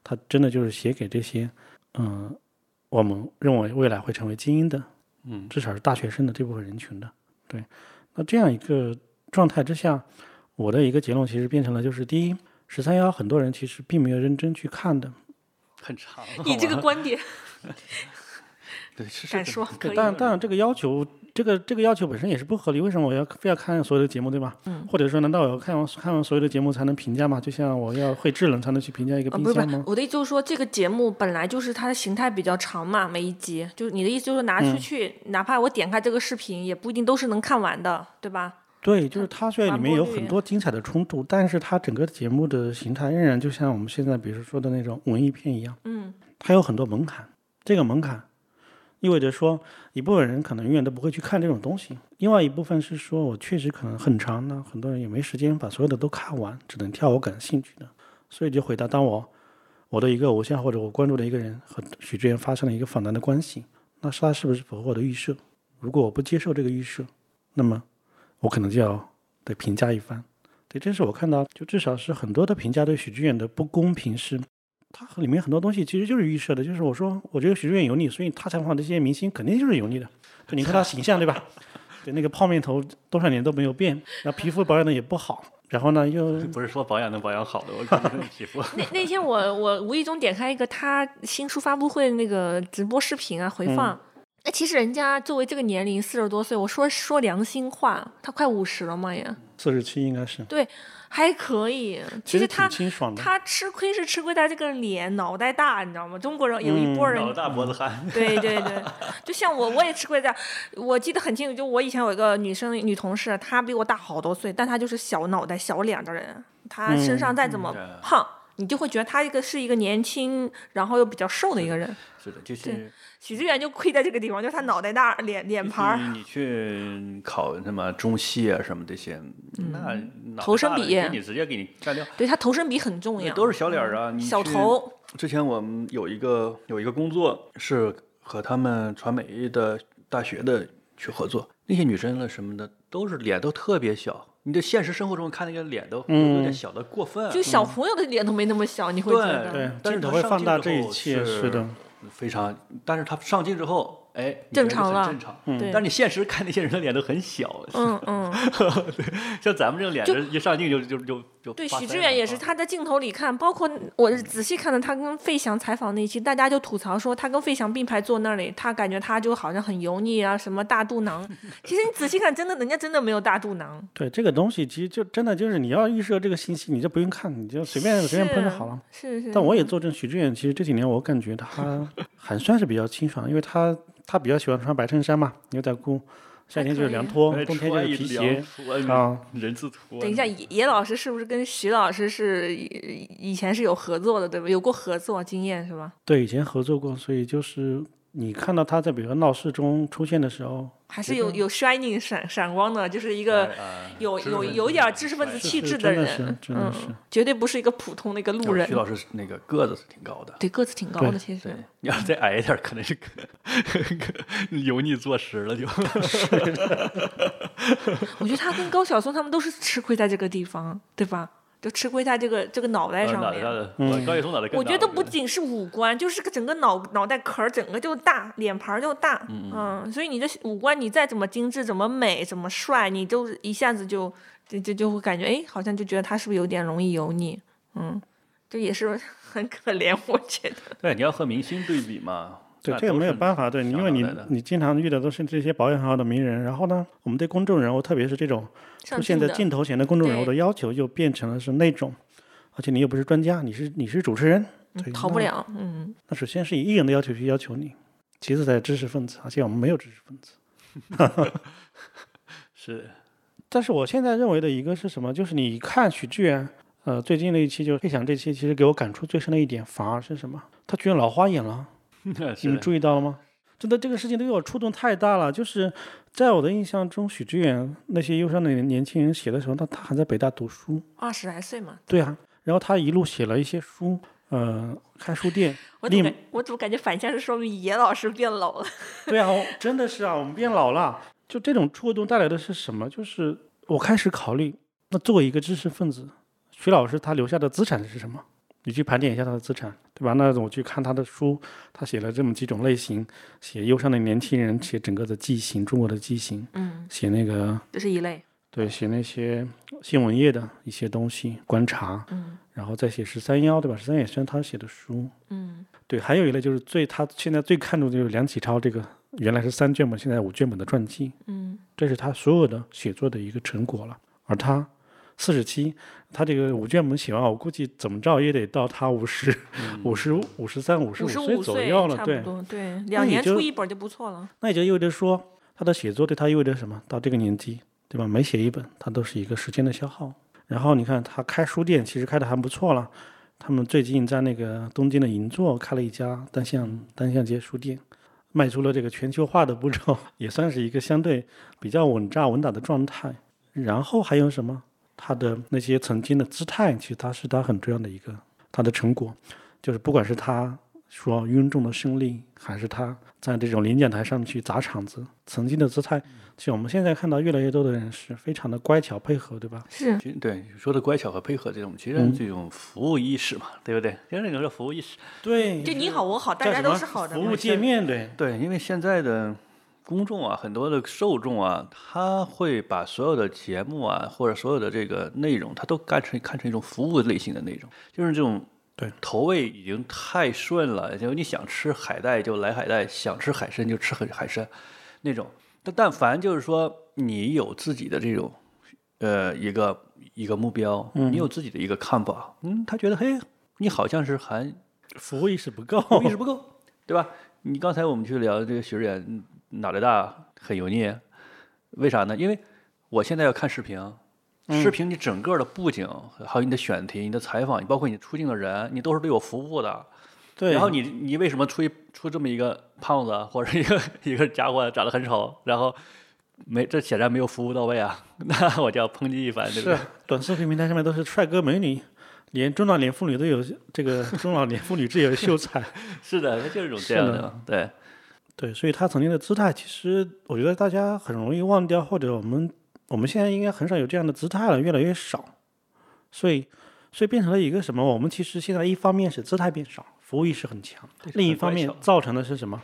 他真的就是写给这些，嗯、我们认为未来会成为精英的，嗯，至少是大学生的这部分人群的。对，那这样一个状态之下，我的一个结论其实变成了，就是第一，十三幺很多人其实并没有认真去看的，很长。啊你这个好吧 观点对是是敢说很可以但但这个要求，这个这个要求本身也是不合理。为什么我要非要看所有的节目，对吧？嗯。或者说，难道我要看完看完所有的节目才能评价吗？就像我要会制冷才能去评价一个啊，冰不是不箱是吗，？我的意思就是说，这个节目本来就是它的形态比较长嘛，每一集就是你的意思就是拿嗯出去，哪怕我点开这个视频，也不一定都是能看完的，对吧？对，就是它虽然里传面播有率很多精彩的冲突，但是它整个节目的形态仍然就像我们现在比如说的那种文艺片一样，嗯，它有很多门槛。这个门槛意味着说，一部分人可能永远都不会去看这种东西；，另外一部分是说我确实可能很长呢，很多人也没时间把所有的都看完，只能挑我感兴趣的。所以就回答，当我我的一个偶像或者我关注的一个人和许志远发生了一个反弹的关系，那是他是不是符合我的预设？如果我不接受这个预设，那么我可能就要得评价一番。对，这是我看到，就至少是很多的评价对许志远的不公平是，它里面很多东西其实就是预设的，就是我说我觉得许志远有你，所以他采访这些明星肯定就是油腻的。就你看他形象对吧？ 对，那个泡面头多少年都没有变，然后皮肤保养的也不好，然后呢又 不是说保养能保养好的，我看你 皮肤那那天我我无意中点开一个他新书发布会那个直播视频啊回放，那、其实人家作为这个年龄四十多岁，我说说良心话，他快五十了嘛也四十七应该是，还可以，其实挺他。清爽的。他吃亏是吃亏在这个脸脑袋大，你知道吗？中国人有一波人脑袋大脖子憨， 对对对，就像我，我也吃亏在，我记得很清楚，就我以前有一个女生女同事，她比我大好多岁，但她就是小脑袋小脸的人，她身上再怎么嗯胖，你就会觉得她一个是一个年轻，然后又比较瘦的一个人。是的，就是许志远就亏在这个地方，就是他脑袋大，脸脸盘儿。你你去考什么中戏啊什么这些，那脑头袋嗯身大的比给你直接给你干掉，对他头身比很重要，都是小脸儿啊，你嗯小去头，之前我们有一个有一个工作是和他们传媒的大学的去合作，那些女生了什么的都是脸都特别小，你的现实生活中看那个脸都嗯有点小的过分，啊就小朋友的脸都没那么小，你会觉嗯对得但是嗯镜头她会上放镜大之这一后切，是是的，非常，但是她上镜之后，哎，你正觉得常很了嗯正常。对嗯但是你现实看那些人的脸都很小，嗯嗯，像咱们这种脸就一上镜就就就就对，发许腮志远了也是，啊他在镜头里看，包括我仔细看了他跟费翔采访那一期，大家就吐槽说他跟费翔并排坐那里，他感觉他就好像很油腻啊，什么大肚囊。 其实你仔细看，真的人家真的没有大肚囊。对这个东西，其实就真的就是你要预设这个信息，你就不用看，你就随便随便喷就好了。是是，但我也作证，许志远其实这几年我感觉他还算是比较清爽，因为他他比较喜欢穿白衬衫嘛，牛仔裤，夏天就是凉拖哎，冬天就穿是一皮凉鞋拖你啊。人字拖。等一下，野野老师是不是跟徐老师是以以前是有合作的，对吧？有过合作经验是吧？对，以前合作过，所以就是你看到他在比如说闹市中出现的时候，还是有有 shining 闪闪光的，就是一个哎有知识有分子有一点知识分子气质是是人，真的是真的是嗯，绝对不是一个普通的一个路人哎徐，老师那个个子是挺高的，对，个子挺高的，其对实，你要是再矮一点，可能是油腻坐实了就。 我觉得他跟高晓松他们都是吃亏在这个地方，对吧？就吃亏在这个这个脑袋呃上脑袋面。的，嗯我高晓松脑袋更我大觉得不仅是五官，就是个整个脑脑袋壳儿整个就大，脸盘儿就大，嗯所以你的五官你再怎么精致、怎么美、怎么帅，你就一下子就就就就会感觉，哎，好像就觉得他是不是有点容易油腻？嗯，这也是很可怜，我觉得。对，你要和明星对比嘛，对那这个都没有是办法，对，小因为脑你袋的你经常遇到都是这些保养很好的名人，然后呢，我们对公众人物，特别是这种上出现在镜的镜头前的公众人物的对要求，就变成了是那种，而且你又不是专家，你是你是主持人，对逃不那了，嗯，那首先是以艺人的要求去要求你，其次才是知识分子，而且我们没有知识分子。是 但是我现在认为的一个是什么？就是你看许志远，呃，最近的一期就是费翔这期，其实给我感触最深的一点，反而是什么？他居然老花眼了，你是们的，注意到了吗？真的，这个事情对我触动太大了。就是在我的印象中，许志远那些忧伤的年年轻人写的时候，那他还在北大读书，二十来岁嘛，对啊，然后他一路写了一些书，呃，开书店，我怎另么感我怎么感觉反向是说明野老师变老了？对啊，我真的是啊，我们变老了。就这种触动带来的是什么？就是我开始考虑，那作为一个知识分子，徐老师他留下的资产是什么？你去盘点一下他的资产，对吧？那我去看他的书，他写了这么几种类型：写忧伤的年轻人，写整个的畸形，中国的畸形，嗯，写那个这是一类，对，写那些新闻业的一些东西观察，嗯然后再写十三幺，对吧？十三也算他写的书，嗯，对，还有一类就是最他现在最看重的就是梁启超这个原来是三卷本，现在五卷本的传记，嗯，这是他所有的写作的一个成果了。而他四十七，他这个五卷本写完，我估计怎么着也得到他五十、五十五十三、五十嗯五十岁五左岁右了差。对不，多，对，那两你年就出一本就不错了。那也就意味着说，他的写作对他意味着什么？到这个年纪，对吧？每写一本，他都是一个时间的消耗。然后你看，他开书店其实开的还不错了。他们最近在那个东京的银座开了一家单向单向街书店，迈出了这个全球化的步骤， 也算是一个相对比较稳扎稳打的状态。然后还有什么？他的那些曾经的姿态，其实他是他很重要的一个他的成果，就是不管是他说庸众的胜利，还是他在这种领奖台上去砸场子，曾经的姿态，其实我们现在看到越来越多的人是非常的乖巧配合，对吧？是，其实对你说的乖巧和配合这种，其实嗯这种服务意识嘛，对不对？其实你说服务意识，对就你好我好，大叫家什都么是好的。服务界面对，对，因为现在的公众啊，很多的受众啊，他会把所有的节目啊，或者所有的这个内容，他都看成看成一种服务类型的内容，就是这种。对，投喂已经太顺了，就你想吃海带就来海带，想吃海参就吃海海参，那种。但但凡就是说你有自己的这种，呃，一个一个目标，你有自己的一个看法，嗯，他觉得嘿，你好像是还 服务意识不够，意识不哦够，对吧？你刚才我们去聊这个许志远脑袋大很油腻，为啥呢？因为我现在要看视频，嗯视频你整个的布景，还有你的选题、你的采访，包括你出镜的人，你都是对我服务的。对，然后你你为什么出一出这么一个胖子或者一个一个家伙长得很丑，然后没这显然没有服务到位啊？ 那我就要抨击一番，对不是对？短视频平台上面都是帅哥美女，连中老年妇女都有这个中老年妇女这有秀才，是的，他就是有是这样的的，对。对，所以他曾经的姿态，其实我觉得大家很容易忘掉，或者我们我们现在应该很少有这样的姿态了，越来越少，所以所以变成了一个什么？我们其实现在一方面是姿态变少，服务意识很强，另一很方乖面巧造成的是什么？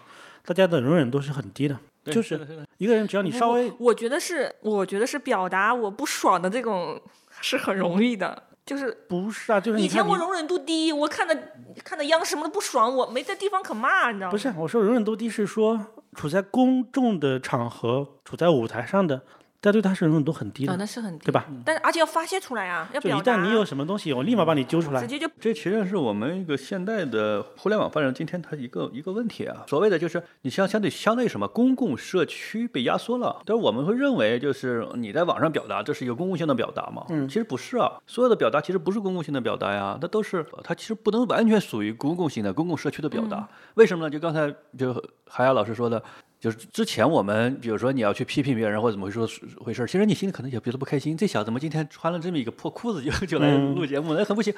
大家的容忍度是很低的，对就是是的是的一个人只要你稍微哎我觉得是，我觉得是表达我不爽的这种是很容易的，就是。不是啊，就是以你看前你我容忍度低，我看的看的央视什么的不爽，我没这地方可骂，你知道吗？不是，啊我说容忍度低是说处在公众的场合、处在舞台上的，大家对他是容忍度很低啊，的，那是很低对？吧？但是而且要发泄出来啊，要就一表达。旦你有什么东西，我立马把你揪出来直。接就这其实是我们一个现代的互联网发展，今天它一个一个问题啊。所谓的就是你相相对相对什么公共社区被压缩了，但是我们会认为就是你在网上表达这是一个公共性的表达嘛？嗯，其实不是啊，所有的表达其实不是公共性的表达呀，它都是呃它其实不能完全属于公共性的公共社区的表达。为什么呢？就刚才就海雅老师说的，就是之前我们，比如说你要去批评别人或者怎么回说回事儿，其实你心里可能也觉得不开心，这小子怎么今天穿了这么一个破裤子就就来录节目，那很不行。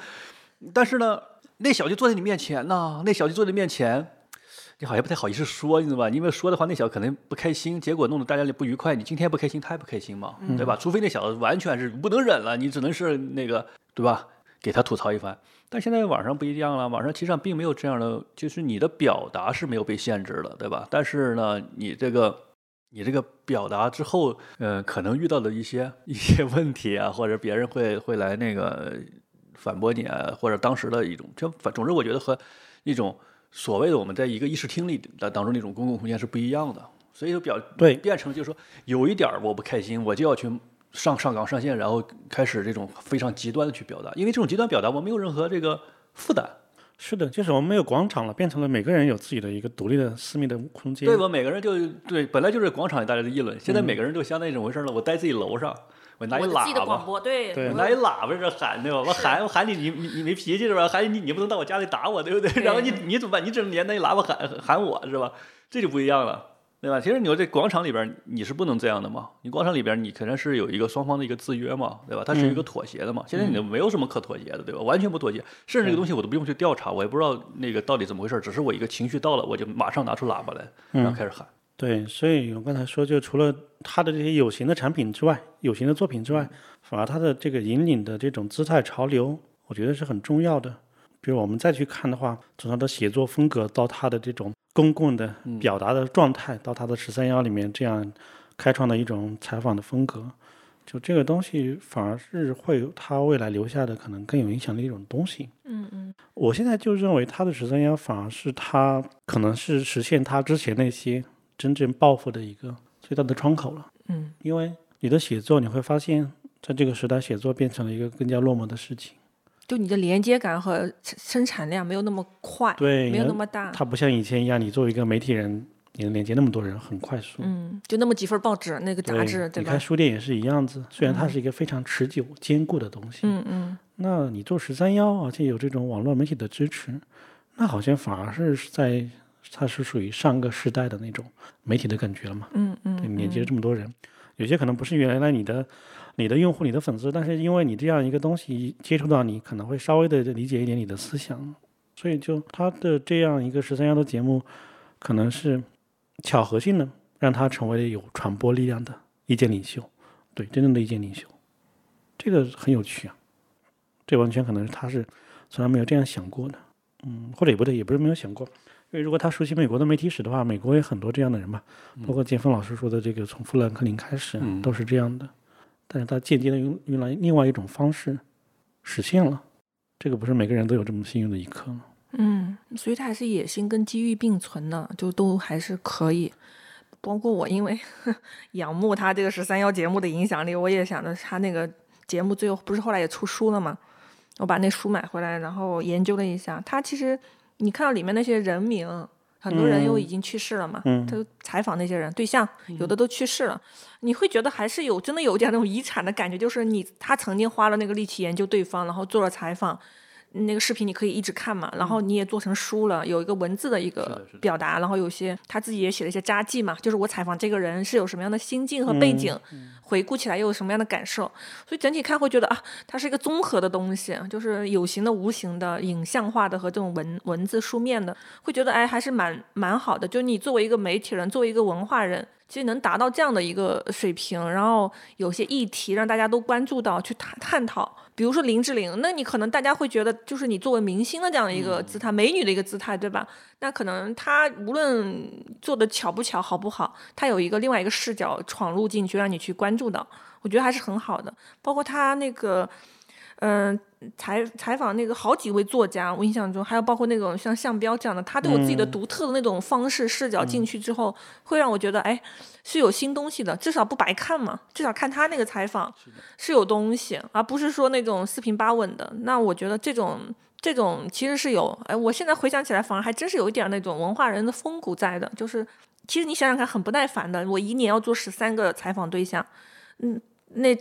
但是呢，那小子就坐在你面前呢，那小子就坐在你面前，你好像不太好意思说，你知道吧？因为说的话，那小子可能不开心，结果弄得大家也不愉快。你今天不开心，他也不开心嘛，对吧？除非那小子完全是不能忍了，你只能是那个，对吧？给他吐槽一番。但现在网上不一样了，网上其实上并没有这样的，就是你的表达是没有被限制的，对吧？但是呢，你这个你这个表达之后，呃，可能遇到的一些一些问题啊，或者别人会会来那个反驳你啊，或者当时的一种，这反总之我觉得和一种所谓的我们在一个议事厅里的当中那种公共空间是不一样的，所以就表对哎变成就是说有一点儿我不开心，我就要去上上纲上线，然后开始这种非常极端的去表达，因为这种极端表达我没有任何这个负担，是的，就是我们没有广场了，变成了每个人有自己的一个独立的私密的空间。对吧？每个人就对，本来就是广场里大家的议论，现在每个人就相当于怎么回事呢？我待自己楼上，我拿一我自己的喇广叭。播，对对我我拿一喇叭在这喊，对吧？我是喊我喊你，你你你没脾气是吧？喊你你你不能到我家里打我，对不对？对然后你你怎么办？你只能连那一喇叭喊喊我是吧？这就不一样了，对吧？其实你说这广场里边你是不能这样的嘛，你广场里边你肯定是有一个双方的一个制约嘛，对吧？它是嗯有一个妥协的嘛。现在你没有什么可妥协的，对吧？完全不妥协，甚至这个东西我都不用去调查，我也不知道那个到底怎么回事，只是我一个情绪到了，我就马上拿出喇叭来，嗯然后开始喊。对，所以我刚才说，就除了他的这些有形的产品之外，有形的作品之嗯外，反而他的这个引领的这种姿态潮流，我觉得是很重要的。比如我们再去看的话，从他的写作风格到他的这种公共的嗯表达的状态，到他的十三幺里面这样开创的一种采访的风格，就这个东西反而是会有他未来留下的可能更有影响力的一种东西。嗯嗯，我现在就认为他的十三幺反而是他可能是实现他之前那些真正抱负的一个最大的窗口了。嗯，因为你的写作，你会发现在这个时代，写作变成了一个更加落寞的事情。就你的连接感和生生产量没有那么快，对，没有那么大，它不像以前一样，你作为一个媒体人，你能连接那么多人，很快速。嗯，就那么几份报纸，那个杂志，对你吧看？书店也是一样子，虽然它是一个非常持久、坚固的东西，嗯嗯，那你做十三幺，而且有这种网络媒体的支持，那好像反而是在它是属于上个时代的那种媒体的感觉了嘛？嗯对，嗯，你连接这么多人，有些可能不是原来你的你的用户、你的粉丝，但是因为你这样一个东西接触到你，可能会稍微的理解一点你的思想，所以就他的这样一个十三幺的节目，可能是巧合性的让他成为了有传播力量的意见领袖，对，真正的意见领袖，这个很有趣啊，这完全可能是他是从来没有这样想过的，嗯，或者也不对，也不是没有想过。因为如果他熟悉美国的媒体史的话，美国也很多这样的人嘛，包括建峰老师说的这个从富兰克林开始、啊嗯都是这样的，但是他间接的用用来另外一种方式实现了，这个不是每个人都有这么幸运的一刻吗？嗯，所以它还是野心跟机遇并存的，就都还是可以。包括我，因为 仰慕他这个十三幺节目的影响力，我也想着他那个节目最后不是后来也出书了嘛，我把那书买回来，然后研究了一下，他其实你看到里面那些人名，很多人又已经去世了嘛，嗯他就采访那些人对象，有的都去世了，你会觉得还是有真的有点那种遗产的感觉，就是你他曾经花了那个力气研究对方，然后做了采访，那个视频你可以一直看嘛，然后你也做成书了，有一个文字的一嗯是个的是的表达，然后有些他自己也写了一些札记嘛，就是我采访这个人是有什么样的心境和嗯背景，回顾起来又有什么样的感受，所以整体看会觉得啊，它是一个综合的东西，就是有形的、无形的、影像化的和这种文文字书面的，会觉得哎还是蛮蛮好的。就你作为一个媒体人，作为一个文化人，其实能达到这样的一个水平，然后有些议题让大家都关注到，去探探讨。比如说林志玲，那你可能大家会觉得，就是你作为明星的这样一个姿态，美女的一个姿态，对吧？那可能她无论做的巧不巧、好不好，她有一个另外一个视角闯入进去，让你去关注到，我觉得还是很好的。包括她那个，嗯、采采访那个好几位作家，我印象中还有包括那种像项彪这样的，他都有自己的独特的那种方式视角进去之后，会让我觉得哎是有新东西的，至少不白看嘛，至少看他那个采访是有东西，而不是说那种四平八稳的。那我觉得这种这种其实是有，哎，我现在回想起来，反而还真是有一点那种文化人的风骨在的，就是其实你想想看，很不耐烦的。我一年要做十三个采访对象，嗯，那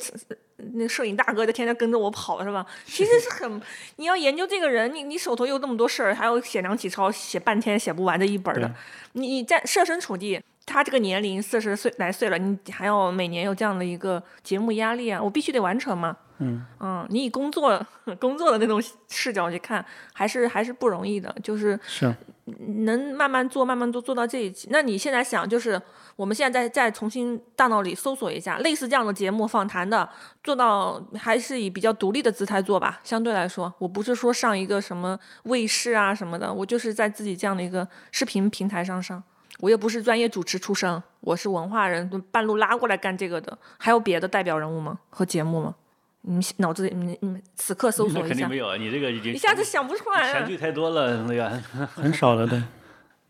那摄影大哥就天天跟着我跑是吧？其实是很，你要研究这个人，你你手头有那么多事儿，还有写梁启超写半天写不完的一本儿的对，你你在设身处地，他这个年龄四十岁来岁了，你还要每年有这样的一个节目压力啊，我必须得完成嘛。嗯你以工作 工作的那种视角去看，还是还是不容易的，就是是啊能慢慢做，慢慢做，做到这一期。那你现在想，就是我们现在再再重新大脑里搜索一下类似这样的节目访谈的，做到还是以比较独立的姿态做吧。相对来说，我不是说上一个什么卫视啊什么的，我就是在自己这样的一个视频平台上上。我也不是专业主持出身，我是文化人，半路拉过来干这个的。还有别的代表人物吗？和节目吗？你们脑子里，你们你们此刻搜那索一肯定下没，有啊，你这个已经一下子想不出来前了。缀太多了，那个很少了对。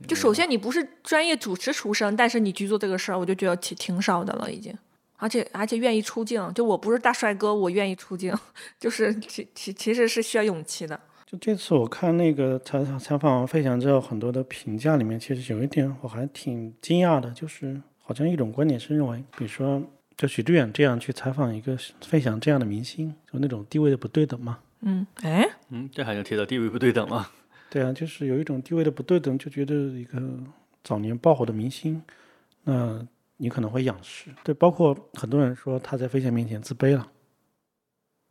就首嗯先你不是专业主持出身，但是你去做这个事儿，我就觉得挺挺少的了，已经。而且而且愿意出镜，就我不是大帅哥，我愿意出镜， 就是其其其实是需要勇气的。就这次我看那个采采访完费翔之后，很多的评价里面，其实有一点我还挺惊讶的，就是好像一种观点是认为，比如说就许志远这样去采访一个费翔这样的明星，就那种地位的不对等嘛。嗯，哎， 嗯，这好像提到地位不对等啊，对啊，就是有一种地位的不对等，就觉得一个早年爆火的明星，那你可能会仰视。对，包括很多人说他在费翔面前自卑了。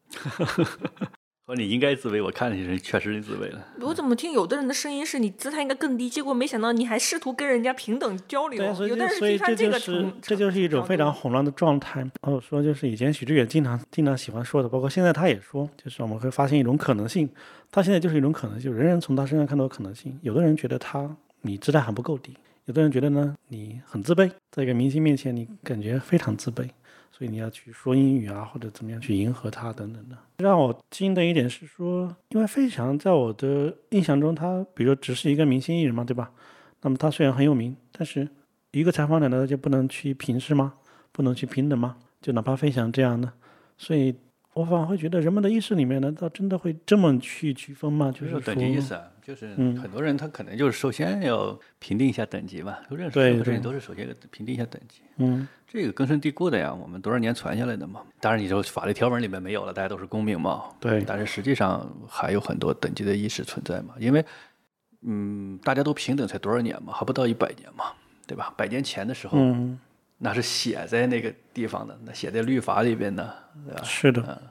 说你应该自卑，我看你是确实自卑了。我怎么听有的人的声音是你姿态应该更低，结果没想到你还试图跟人家平等交流对啊，所，以有这的人所以批这判这就个是程这就是一种程非度常混乱的状态。哦，我说就是以前许志远经常经常喜欢说的，包括现在他也说，就是我们会发现一种可能性，他现在就是一种可能性，人人从他身上看到可能性。有的人觉得他你姿态还不够低，有的人觉得呢你很自卑，在一个明星面前你感觉非常自卑，所以你要去说英语啊，或者怎么样去迎合他等等的。让我惊的一点是说，因为费翔在我的印象中，他比如说只是一个明星艺人嘛，对吧？那么他虽然很有名，但是一个采访者难道就不能去平视吗？不能去平等吗？就哪怕分享这样的，所以我反而会觉得人们的意识里面，难道真的会这么去区分吗？就就是是说等级意思啊，就是嗯很多人他可能就是首先要评定一下等级吧，就认识对所有的对人都是首先评定一下等级，嗯，这个根深蒂固的呀，我们多少年传下来的嘛。当然，你说法律条文里面没有了，大家都是公民嘛，对，但是实际上还有很多等级的意识存在嘛，因为，嗯，大家都平等才多少年嘛，还不到一百年嘛，对吧？百年前的时候，嗯，那是写在那个地方的，那写在律法里边的，对吧？嗯是的，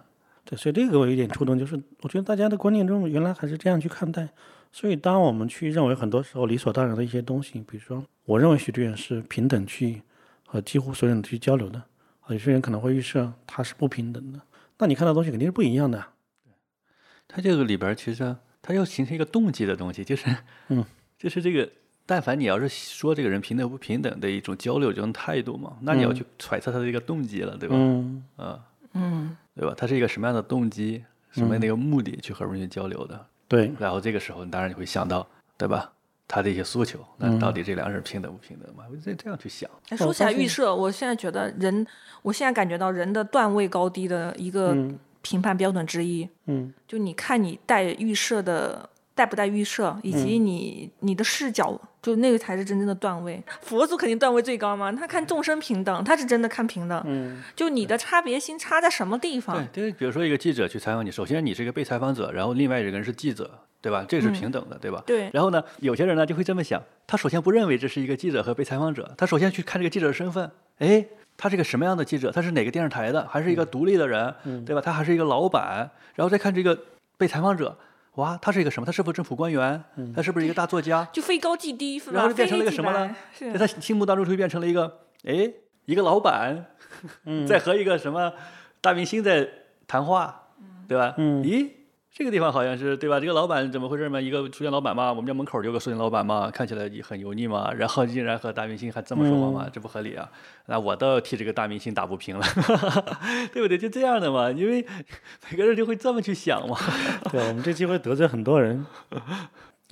对，所以这个我有一点触动，就是我觉得大家的观念中原来还是这样去看待，所以当我们去认为很多时候理所当然的一些东西，比如说我认为许志远是平等去和几乎所有人去交流的，啊有些人可能会预设他是不平等的，那你看到的东西肯定是不一样的啊。它这个里边儿其实啊它要形成一个动机的东西，就是，嗯， 就是这个，但凡你要是说这个人平等不平等的一种交流这种态度嘛，那你要嗯去揣测他的一个动机了，对吧？嗯啊，嗯，对吧？他是一个什么样的动机，什嗯么样的一个目的去和别人去交流的？，对，然后这个时候，你当然你会想到，对吧？他的一些诉求，那嗯到底这两个人平等不平等嘛？我就这样去想，哎我说起来发现预设，我现在觉得人，我现在感觉到人的段位高低的一个嗯评判标准之一，嗯，就你看你带预设的带不带预设，以及嗯你、你的视角，就那个才是真正的段位。佛祖肯定段位最高嘛，他看众生平等，他是真的看平等。嗯，就你的差别心差在什么地对啊方？，就是比如说一个记者去采访你，首先你是一个被采访者，然后另外一个人是记者，对吧？这嗯个是平等的，对吧？对然后呢，有些人呢就会这么想，他首先不认为这是一个记者和被采访者，他首先去看这个记者的身份，哎，他是个什么样的记者？他是哪个电视台的？还是一个独立的人，对吧？他还是一个老板，然后再看这个被采访者，哇，他是一个什么？他是不是政府官员？他是不是一个大作家？就非高即低，是吧然后就变成了一个什么呢？非在黑即白是啊他心目当中就会变成了一个，哎，一个老板，在和一个什么大明星在谈话，对吧？嗯咦，这个地方好像是对吧？这个老板怎么回事嘛？一个书店老板嘛，我们家门口有个书店老板嘛，看起来也很油腻嘛，然后竟然和大明星还这么说话嘛，这不合理啊！那我倒替这个大明星打不平了， 对不对？就这样的嘛，因为每个人就会这么去想嘛。对，我们这期会得罪很多 人，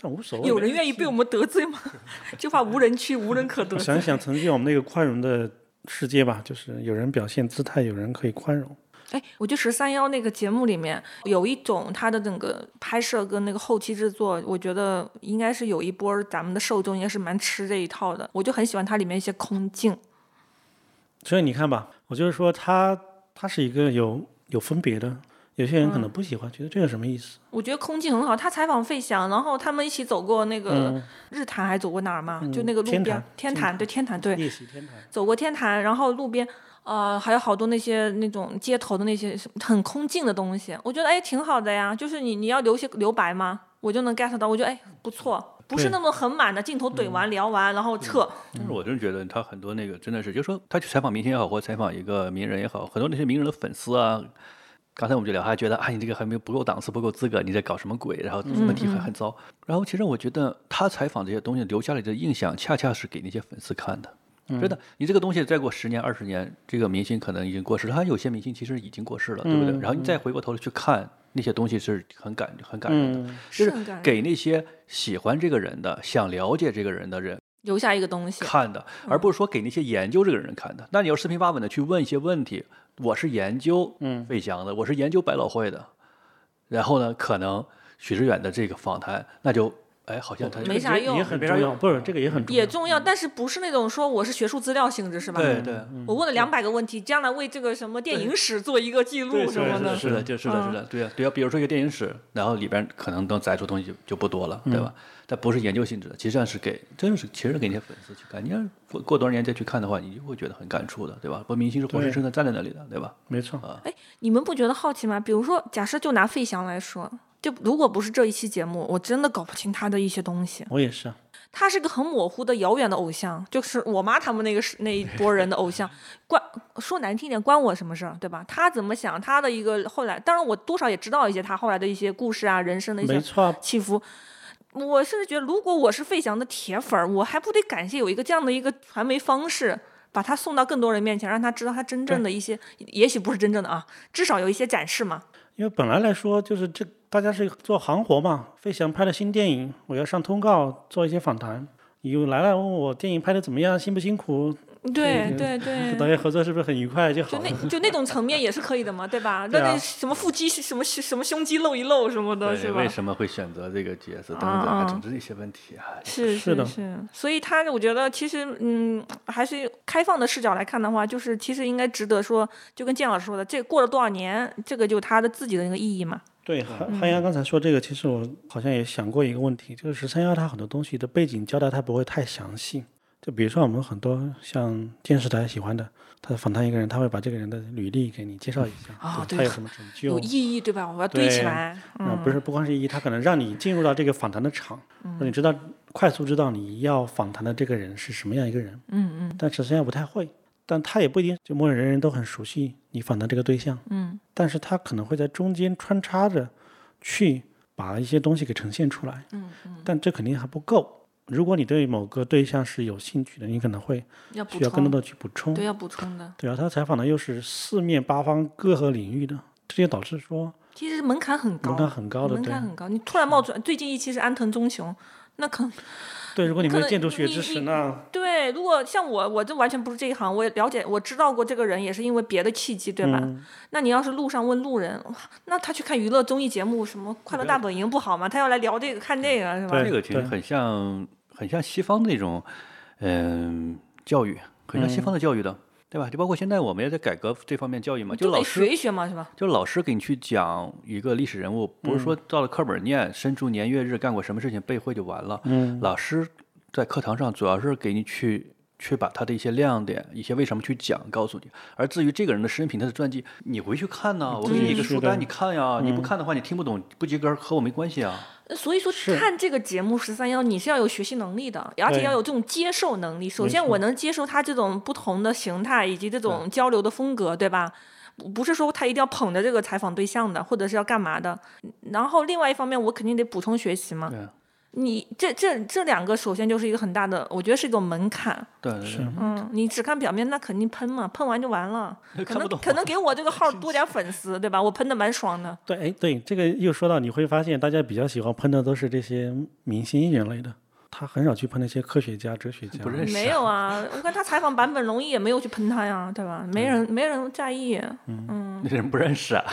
但无所谓。有人愿意被我们得罪吗？ 这话无人区，无人可得我罪。想一想，曾经我们那个宽容的世界吧，就是有人表现姿态，有人可以宽容。哎，我觉得十三幺那个节目里面有一种它的整个拍摄跟那个后期制作，我觉得应该是有一波儿咱们的受众应该是蛮吃这一套的。我就很喜欢它里面一些空镜，所以你看吧，我就是说他他是一个有有分别的，有些人可能不嗯喜欢，觉得这有什么意思？我觉得空气很好，他采访费翔，然后他们一起走过那个日坛，还走过哪儿嘛？就那个路嗯天边坛天天坛，对天坛，对，夜袭天堂，走过天坛，然后路边，呃，还有好多那些那种街头的那些什么很空净的东西，我觉得哎挺好的呀。就是你你要留些留白吗？我就能 get 到，我觉得哎不错，不是对那种很满的镜头怼嗯完、聊完然后撤。但是我嗯真觉得他很多那个真的是，就说他去采访明星也好，或采访一个名人也好，很多那些名人的粉丝啊，刚才我们就聊，他觉得啊你这个还没有不够档次，不够资格，你在搞什么鬼？然后嗯问题还很糟。然后其实我觉得他采访这些东西留下来的印象，恰恰是给那些粉丝看的。嗯嗯真的，你这个东西再过十年、二十年，这个明星可能已经过世了。他有些明星其实已经过世了，对不对？嗯然后你再回过头去看那些东西，是很感很感人的，嗯，就是很感人给那些喜欢这个人的、想了解这个人的人留下一个东西，看的，嗯而不是说给那些研究这个人看的。那你要四平八稳的去问一些问题，我是研究嗯费翔的，我是研究百老汇的，然后呢，可能许知远的这个访谈，那就哎，好像他没啥用也很没啥重要，不是这个也很重要，也重要，但是不是那种说我是学术资料性质是吧？嗯对嗯对。我问了两百个问题，将来为这个什么电影史做一个记录对，什么是的，的。是的，就是的，嗯是的，对呀，啊对呀。比如说一个电影史，然后里边可能能摘出东西就就不多了，嗯对吧？但不是研究性质的，其实上是给，真是其实给那些粉丝去看。你要是过过多少年再去看的话，你就会觉得很感触的，对吧？不，明星是活生对生的站在那里的，对吧？没错，嗯你们不觉得好奇吗？比如说，假设就拿费翔来说，就如果不是这一期节目，我真的搞不清他的一些东西。我也是啊，他是个很模糊的、遥远的偶像，就是我妈他们那个时那一波人的 偶像。关说难听点，关我什么事儿，对吧？他怎么想，他的一个后来，当然我多少也知道一些他后来的一些故事啊、人生的一没些错啊，起伏。我甚至觉得，如果我是费翔的铁粉儿，我还不得感谢有一个这样的一个传媒方式，把他送到更多人面前，让他知道他真正的一些，也许不是真正的啊，至少有一些展示嘛。因为本来来说就是这大家是做行活嘛，费翔拍了新电影，我要上通告做一些访谈，你又来了问我电影拍的怎么样，辛不辛苦，对对跟 对，导演合作是不是很愉快就就好 了。那就那种层面也是可以的嘛，对吧？那对啊那什么腹肌是什么什么胸肌露一露什么的，对，是吧为？什么会选择这个角色等啊等，啊啊，啊总之一些问题啊。是是的是，所以他我觉得其实嗯，还是开放的视角来看的话，就是其实应该值得说，就跟建老师说的，这过了多少年，这个就他的自己的那个意义嘛。对，韩嗯韩阳刚才说这个，其实我好像也想过一个问题，就是十三幺它很多东西的背景交代它不会太详细。就比如说我们很多像电视台喜欢的，他访谈一个人，他会把这个人的履历给你介绍一下，啊对对他有什么成就，有意义，对吧？我要堆起对来。啊，不嗯是不光是一，他可能让你进入到这个访谈的场，让你知道快速知道你要访谈的这个人是什么样一个人。嗯但十三幺不太会，但他也不一定就默认人人都很熟悉你访谈这个对象。嗯但是它可能会在中间穿插着去把一些东西给呈现出来，嗯嗯，但这肯定还不够。如果你对某个对象是有兴趣的，你可能会要补需要更充，多的去补充。对，要补充的。对啊，他采访的又是四面八方各个领域的，这就导致说其实门槛很高，门槛很高的。门对槛很高。你突然冒出来，最近一期是安藤忠雄，那可对，如果你没可有能建筑学你知识，你那对。如果像我，我这完全不是这一行，我也了解，我知道过这个人，也是因为别的契机，对吧？嗯那你要是路上问路人，哇那他去看娱乐综艺节目，什么《快乐大本营》不好吗？他要来聊这个看这个是吧？这对个其实很像很像西方那种，嗯，教育很嗯像西方的教育的，对吧？就包括现在我们也在改革这方面教育嘛，就嗯就老得师学一学嘛，是吧？就老师给你去讲一个历史人物，不是嗯说照着课本念，身处年月日干过什么事情背会就完了。嗯，老师在课堂上主要是给你去去把他的一些亮点、一些为什么去讲告诉你，而至于这个人的生平、他的传记，你回去看呐，我给你一个是书的嗯单，你看呀，你不看的话你听不懂，不及格和我没关系啊。呃所以说，看这个节目十三幺，你是要有学习能力的，而且对要有这种接受能力。首没先，错我能接受他这种不同的形态以及这种交流的风格，对吧？不不是说他一定要捧着这个采访对象的，或者是要干嘛的。然后另外一方面，我肯定得补充学习嘛。对你这这这两个，首先就是一个很大的，我觉得是一种门槛。对对对。嗯，你只看表面，那肯定喷嘛，喷完就完了。可 看不能懂啊可能给我这个 号多点粉丝，对吧？我喷的蛮爽的。对，哎，对，这个又说到，你会发现大家比较喜欢喷的都是这些明星艺人类的，他很少去喷那些科学家、哲学家。不 认识没有啊，我看他采访版本容易也没有去喷他呀，对吧？没嗯人没人 在意，那人不认识啊，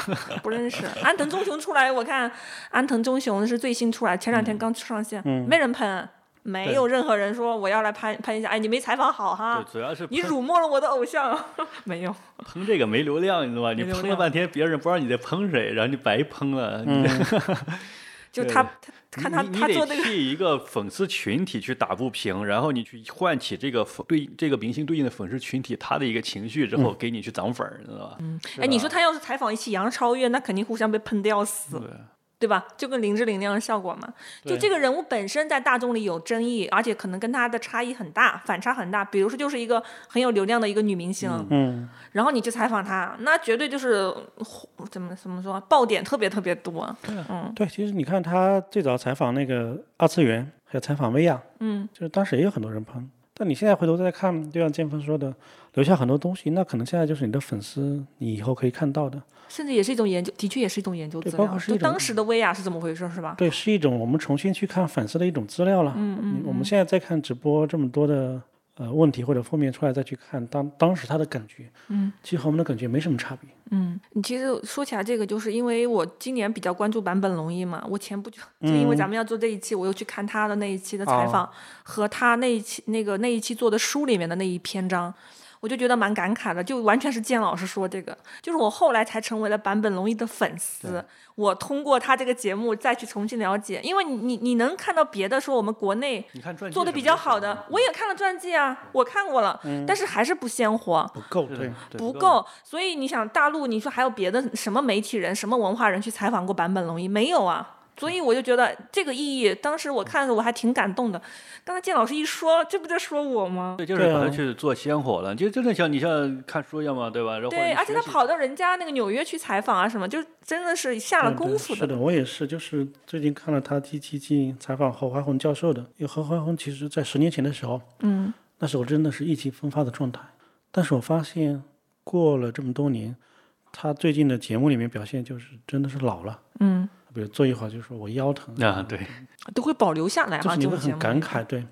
不认识。安藤忠雄出来，我看安藤忠雄是最新出来，前两天刚上线，没人喷。没嗯对有任何人说我要来攀攀一下，哎，你没采访好哈对，，主要是你喷辱没了我的偶像， 没有，喷这个没流量，你知道吧？你没流喷了量半天，别人不知道你在喷谁，然后你白喷了。你 嗯，就对他他看他你你他你做得那个，替一个粉丝群体去打不平，然后你去唤起这个粉对这个明星对应的粉丝群体他的一个情绪之嗯后，给你去涨粉儿，你知道吧？哎，你说他要是采访一期杨超越，那肯定互相被喷的要死，对对吧？就跟林志玲那样的效果嘛。就对这个人物本身在大众里有争议，而且可能跟他的差异很大，反差很大。比如说，就是一个很有流量的一个女明星，嗯，然后你去采访她，那绝对就是呼怎么怎么说，爆点特别特别多。嗯对，其实你看他最早采访那个二次元，还有采访薇娅，嗯，就是当时也有很多人喷。但你现在回头再看，就像建峰说的，留下很多东西，那可能现在就是你的粉丝，你以后可以看到的。甚至也是一种研究，的确也是一种研究对资包料括。是一就种当时的薇娅是怎么回事，是吧？对，是一种我们重新去看反思的一种资料了。嗯嗯我们现在再看直播这么多的呃问题或者负面出来，再去看当当时他的感觉，嗯，其实和我们的感觉没什么差别。嗯，你其实说起来这个，就是因为我今年比较关注坂本龙一嘛，我前不久就因嗯为咱们要做这一期，我又去看他的那一期的采哦访、和他那一期那个那一期做的书里面的那一篇章，我就觉得蛮感慨的，就完全是建老师说这个，就是我后来才成为了坂本龙一的粉丝，我通过他这个节目再去重新了解，因为你你你能看到别的说我们国内你看传记做的什比么嗯较就好行的了，我也看了传记啊，我看过了，但是还是不鲜活，不够，是的对，对不够。所以你想，大陆你说还有别的什么媒体人、什么文化人去采访过坂本龙一？没有啊。所以我就觉得这个意义，当时我看的我还挺感动的。刚才建老师一说，这不在说我吗？对，就是对把它啊去做鲜活了。就真的像你像看书一样嘛，对吧？然后对，你而且学他习跑到人家那个纽约去采访啊，什么，就真的嗯是下了对对功夫是的，我也是，就是最近看了他第七季采访何怀红教授的，因为何怀红其实在十年前的时候，嗯，那时候真的是意气风发的状态，但是我发现过了这么多年，他最近的节目里面表现就是真的是老了，嗯，比如坐一会儿就说我腰疼，啊，对，都会保留下来就啊。是你这种会节目嗯很感慨，对，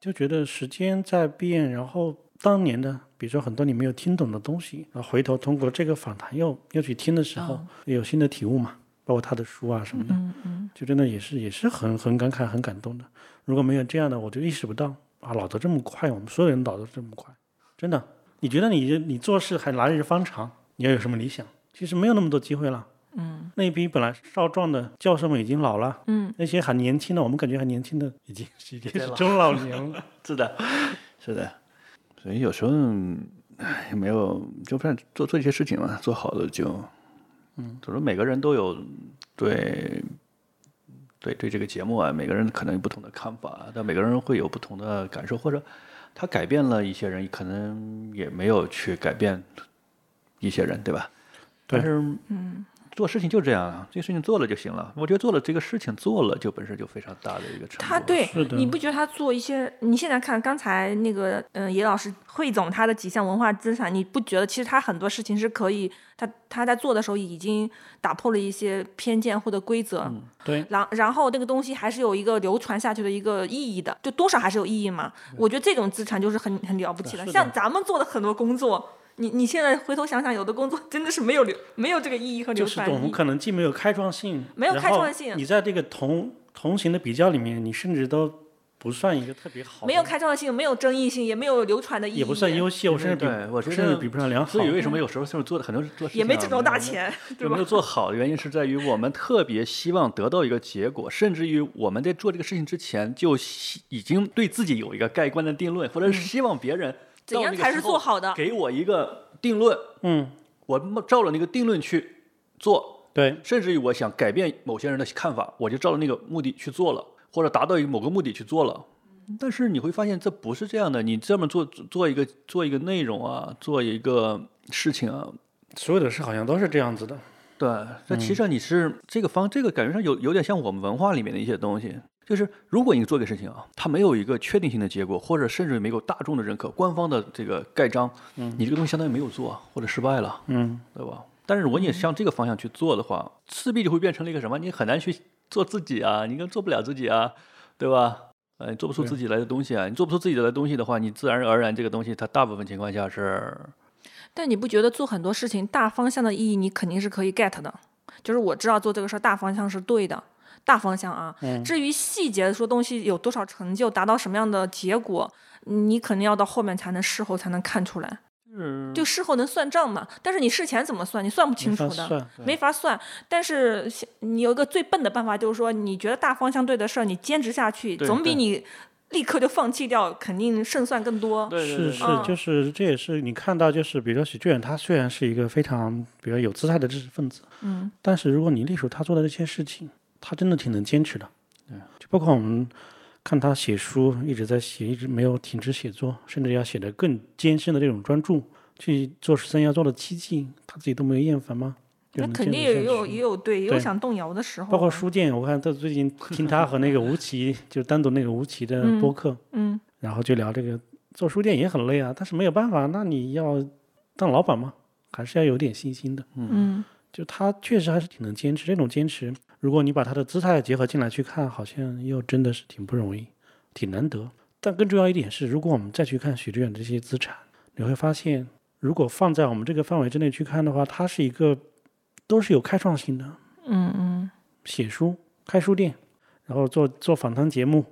就觉得时间在变，然后当年的，比如说很多你没有听懂的东西，然后回头通过这个访谈又又去听的时候，也嗯有新的体悟嘛，包括他的书啊什么的，就真的也是也是很很感慨、很感动的。如果没有这样的，我就意识不到啊，老得这么快，我们所有人老得这么快，真的。你觉得你你做事还来日方长，你要有什么理想？其实没有那么多机会了。嗯，那一批本来少壮的教授们已经老了，嗯，那些还年轻的，我们感觉还年轻的已经是已经在是老中老 年了。 是的，是的。所以有时候，唉，没有，就算做做一些事情嘛，做好了就，嗯，就是每个人都有对，对对这个节目啊，每个人可能有不同的看法，啊但每个人会有不同的感受，或者他改变了一些人，可能也没有去改变一些人，对吧？对但是，嗯，做事情就这样啊，这个事情做了就行了。我觉得做了这个事情做了，就本身就非常大的一个成果。他对是的你不觉得他做一些？你现在看刚才那个，嗯、呃，野老师汇总他的几项文化资产，你不觉得其实他很多事情是可以，他他在做的时候已经打破了一些偏见或者规则，嗯对，然然后那个东西还是有一个流传下去的一个意义的，就多少还是有意义嘛。我觉得这种资产就是很很了不起了。是的像咱们做的很多工作，你你现在回头想想，有的工作真的是没有流没有这个意义和流就是传我意们义。可能既没有开创性，没有然开后创性你在这个同同行的比较里面，你甚至都不算一个特别好的，没有开创性，没有争议性，也没有流传的意义，也不算优秀，甚至比对我觉得甚至比不上良 好所。以为什么有时候就是做的很多人做事情也没啊挣着大，钱，对有没吧有？做好的原因是在于我们特别希望得到一个结果，甚至于我们在做这个事情之前就希已经对自己有一个盖棺的定论，或者是希望别人怎样才是做好的？给我一个定论，嗯，我照着那个定论去做，对，甚至于我想改变某些人的看法，我就照着那个目的去做了，或者达到一个某个目的去做了。但是你会发现这不是这样的，你这么做做一个做一个内容啊，做一个事情啊，所有的事好像都是这样子的。对，这其实上你是、这个方，这个感觉上有有点像我们文化里面的一些东西，就是如果你做个事情啊，它没有一个确定性的结果，或者甚至没有大众的认可、官方的这个盖章，你这个东西相当于没有做或者失败了，嗯，对吧？但是如果你向这个方向去做的话，势必就会变成了一个什么？你很难去做自己啊，你跟做不了自己啊，对吧？呃，你做不出对自己来的东西啊，你做不出自己来的东西的话，你自然而然这个东西它大部分情况下是但你不觉得做很多事情大方向的意义你肯定是可以 get 的？就是我知道做这个事儿大方向是对的，大方向啊。嗯至于细节说东西有多少成就，达到什么样的结果，嗯你肯定要到后面才能事后才能看出来，嗯就是就事后能算账嘛。但是你事前怎么算，你算不清没楚法的。算对没法算，但是现你有一个最笨的办法，就是说你觉得大方向对的事儿，你坚持下去，对总比对你立刻就放弃掉，肯定胜算更多。对对是对是嗯，就是这也是你看到，就是比如说许志远，他虽然是一个非常比较有姿态的知识分子，嗯，但是如果你隶属他做的这些事情，他真的挺能坚持的。就包括我们看他写书，一直在写，一直没有停止写作，甚至要写得更艰深的这种专注，去做十三要做的七进，他自己都没有厌烦吗？就那能肯坚定持也下有去也有对，也有对想动摇的时候。啊包括，书店，我看他最近听他和那个吴奇，就单独那个吴奇的播客，嗯，然后就聊这个做书店也很累啊，但是没有办法，那你要当老板嘛，还是要有点信心的。嗯，就他确实还是挺能坚持，这种坚持，如果你把他的姿态结合进来去看，好像又真的是挺不容易，挺难得。但更重要一点是，如果我们再去看许志远的这些资产，你会发现，如果放在我们这个范围之内去看的话，他是一个都是有开创性的，嗯嗯，写书、开书店，然后做做访谈节目，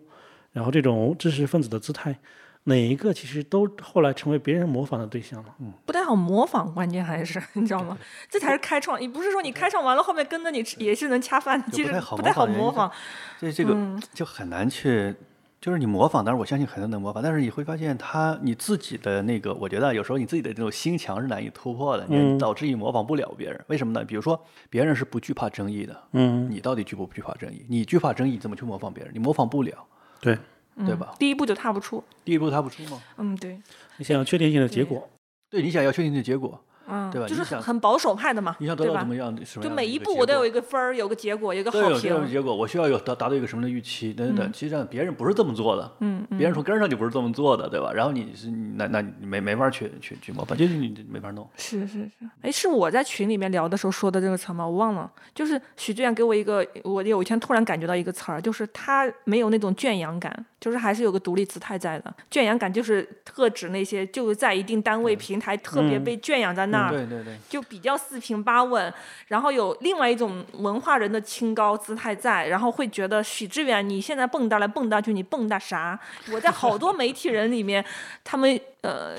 然后这种知识分子的姿态，哪一个其实都后来成为别人模仿的对象了。嗯不太好模仿，关键还是你知道吗？这才是开创，也不是说你开创完了后面跟着你吃也是能恰饭的，就其不实太好不太模好仿原因模是仿。所以这个嗯就很难去，就是你模仿，当然我相信很多人能模仿，但是你会发现他你自己的那个，我觉得啊有时候你自己的这种心墙是难以突破的，嗯你导致你模仿不了别人，为什么呢？比如说别人是不惧怕争议的，嗯，你到底惧不惧怕争议？你惧怕争议，你怎么去模仿别人？你模仿不了，对。嗯对吧？第一步就踏不出，第一步他不出吗？嗯，对，你想要确定性的结果，对，你想要确定的结果，嗯，对吧就你是想很很保守派的嘛，你想得对到吧怎么样的？什么就样的每一个步结我都果有一个分儿，有个结果，有个都要好有这样的评。结果，我需要有达达到一个什么样的预期等等等。其实际上别人不是这么做的，嗯，别人从根儿上就不是这么做的，对吧？然后你是你那那你没没法去去去模仿，就是你没法弄。是是是，哎，是我在群里面聊的时候说的这个词儿吗？我忘了。就是许志远给我一个，我有一天突然感觉到一个词儿，就是他没有那种圈养感，就是还是有个独立姿态在的。圈养感就是特指那些就是在一定单位平台特别被圈养在那儿，对对对，就比较四平八稳，然后有另外一种文化人的清高姿态在，然后会觉得许志远你现在蹦跶来蹦跶去，你蹦跶啥？我在好多媒体人里面，他们呃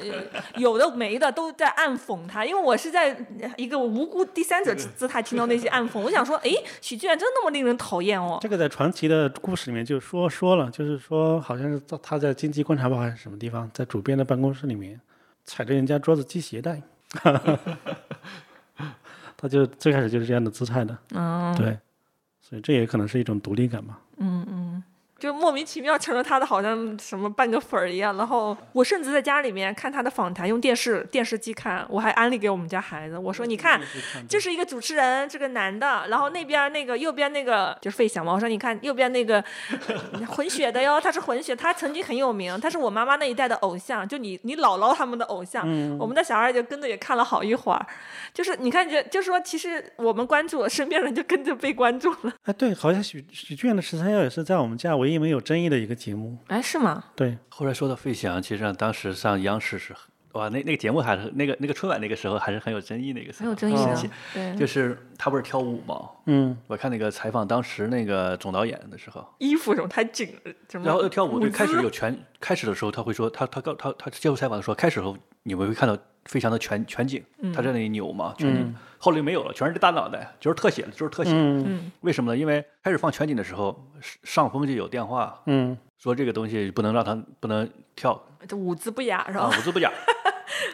有的没的都在暗讽他，因为我是在一个无辜第三者姿姿态听到那些暗讽，我想说，诶，许志远真的那么令人讨厌哦？这个在传奇的故事里面就说说了，就是说好像是他他在经济观察报还是什么地方，在主编的办公室里面踩着人家桌子系鞋带， 他就最开始就是这样的姿态的，嗯对，所以这也可能是一种独立感吧。嗯嗯。就莫名其妙成了他的好像什么半个粉儿一样，然后我甚至在家里面看他的访谈，用电视电视机看，我还安利给我们家孩子，我说你看这是一个主持人，这个男的，然后那边那个右边那个就是费翔嘛。我说你看右边那 个混血的哟，他是混血，他曾经很有名，他是我妈妈那一代的偶像，就你你姥姥他们的偶像。我们的小孩就跟着也看了好一会儿，就是你看这就是说，其实我们关注身边人就跟着被关注了。哎，对，好像许许志远的十三幺也是在我们家唯一没有争议的一个节目。哎，是吗？对，后来说到费翔，其实上当时上央视是很哇，那那个节目还是那个那个春晚那个时候还是很有争议那个时候，议的很神奇对就是他不是跳舞吗？嗯，我看那个采访当时那个总导演的时候，衣服什么太紧，什嗯么然后又跳舞，舞对，开始姿有全，开始的时候他会说，他他告他他接受采访的时候，开始的时候你们会看到非常的全全景，他在那里扭嘛，全景，后来没有了，全是大脑袋，就是特写，就是特写，嗯为什么呢？因为开始放全景的时候，上上峰就有电话嗯，说这个东西不能让他不能跳这舞姿不雅是啊，吧？舞姿 不雅，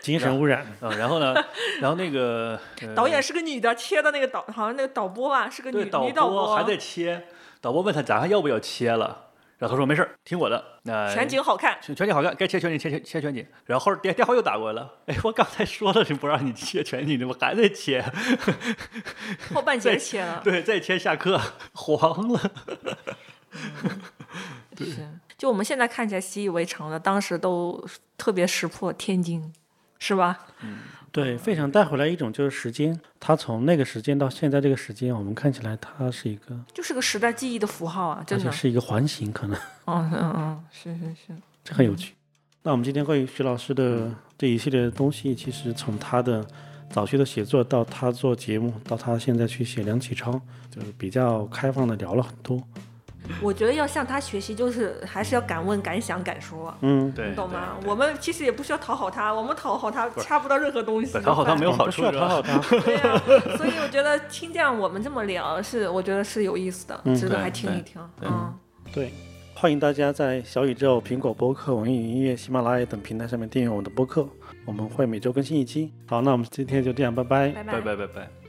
精神污染。嗯，然后呢，然后那个、呃 导演是个女的，切的那个导好像那个导播吧，是个对女导女导播还在切，导播问他咱还要不要切了，然后他说没事儿，听我的，那、全景 好看。全全景好看，该切全景切切切全景。然后后电电话又打过来了，哎，我刚才说了是不让你切全景，你怎么还在切？后半截切了，对，再切下课 黄了。是。就我们现在看起来习以为常的，当时都特别识破天津，是吧？对，费翔带回来一种就是时间，他从那个时间到现在这个时间，我们看起来他是一个，就是个时代记忆的符号而啊，真且的。是一个环形，可能嗯嗯嗯，是是是。这很有趣。那我们今天关于徐老师的这一系列的东西，其实从他的早期的写作到他做节目，到他现在去写梁启超，就是比较开放的聊了很多。我觉得要向他学习，就是还是要敢问、敢想、敢说，嗯，对，你懂吗？对？我们其实也不需要讨好他，我们讨好他掐不到任何东西。对讨好他没有好不需处，要是吧 讨好他。对啊，所以我觉得听见我们这么聊是，我觉得是有意思的，值得嗯对还听一对听。对嗯， 对，欢迎大家在小宇宙、苹果播客、网易云音乐、喜马拉雅等平台上面订阅我们的播客，我们会每周更新一期。好，那我们今天就这样，拜拜拜拜拜拜拜拜。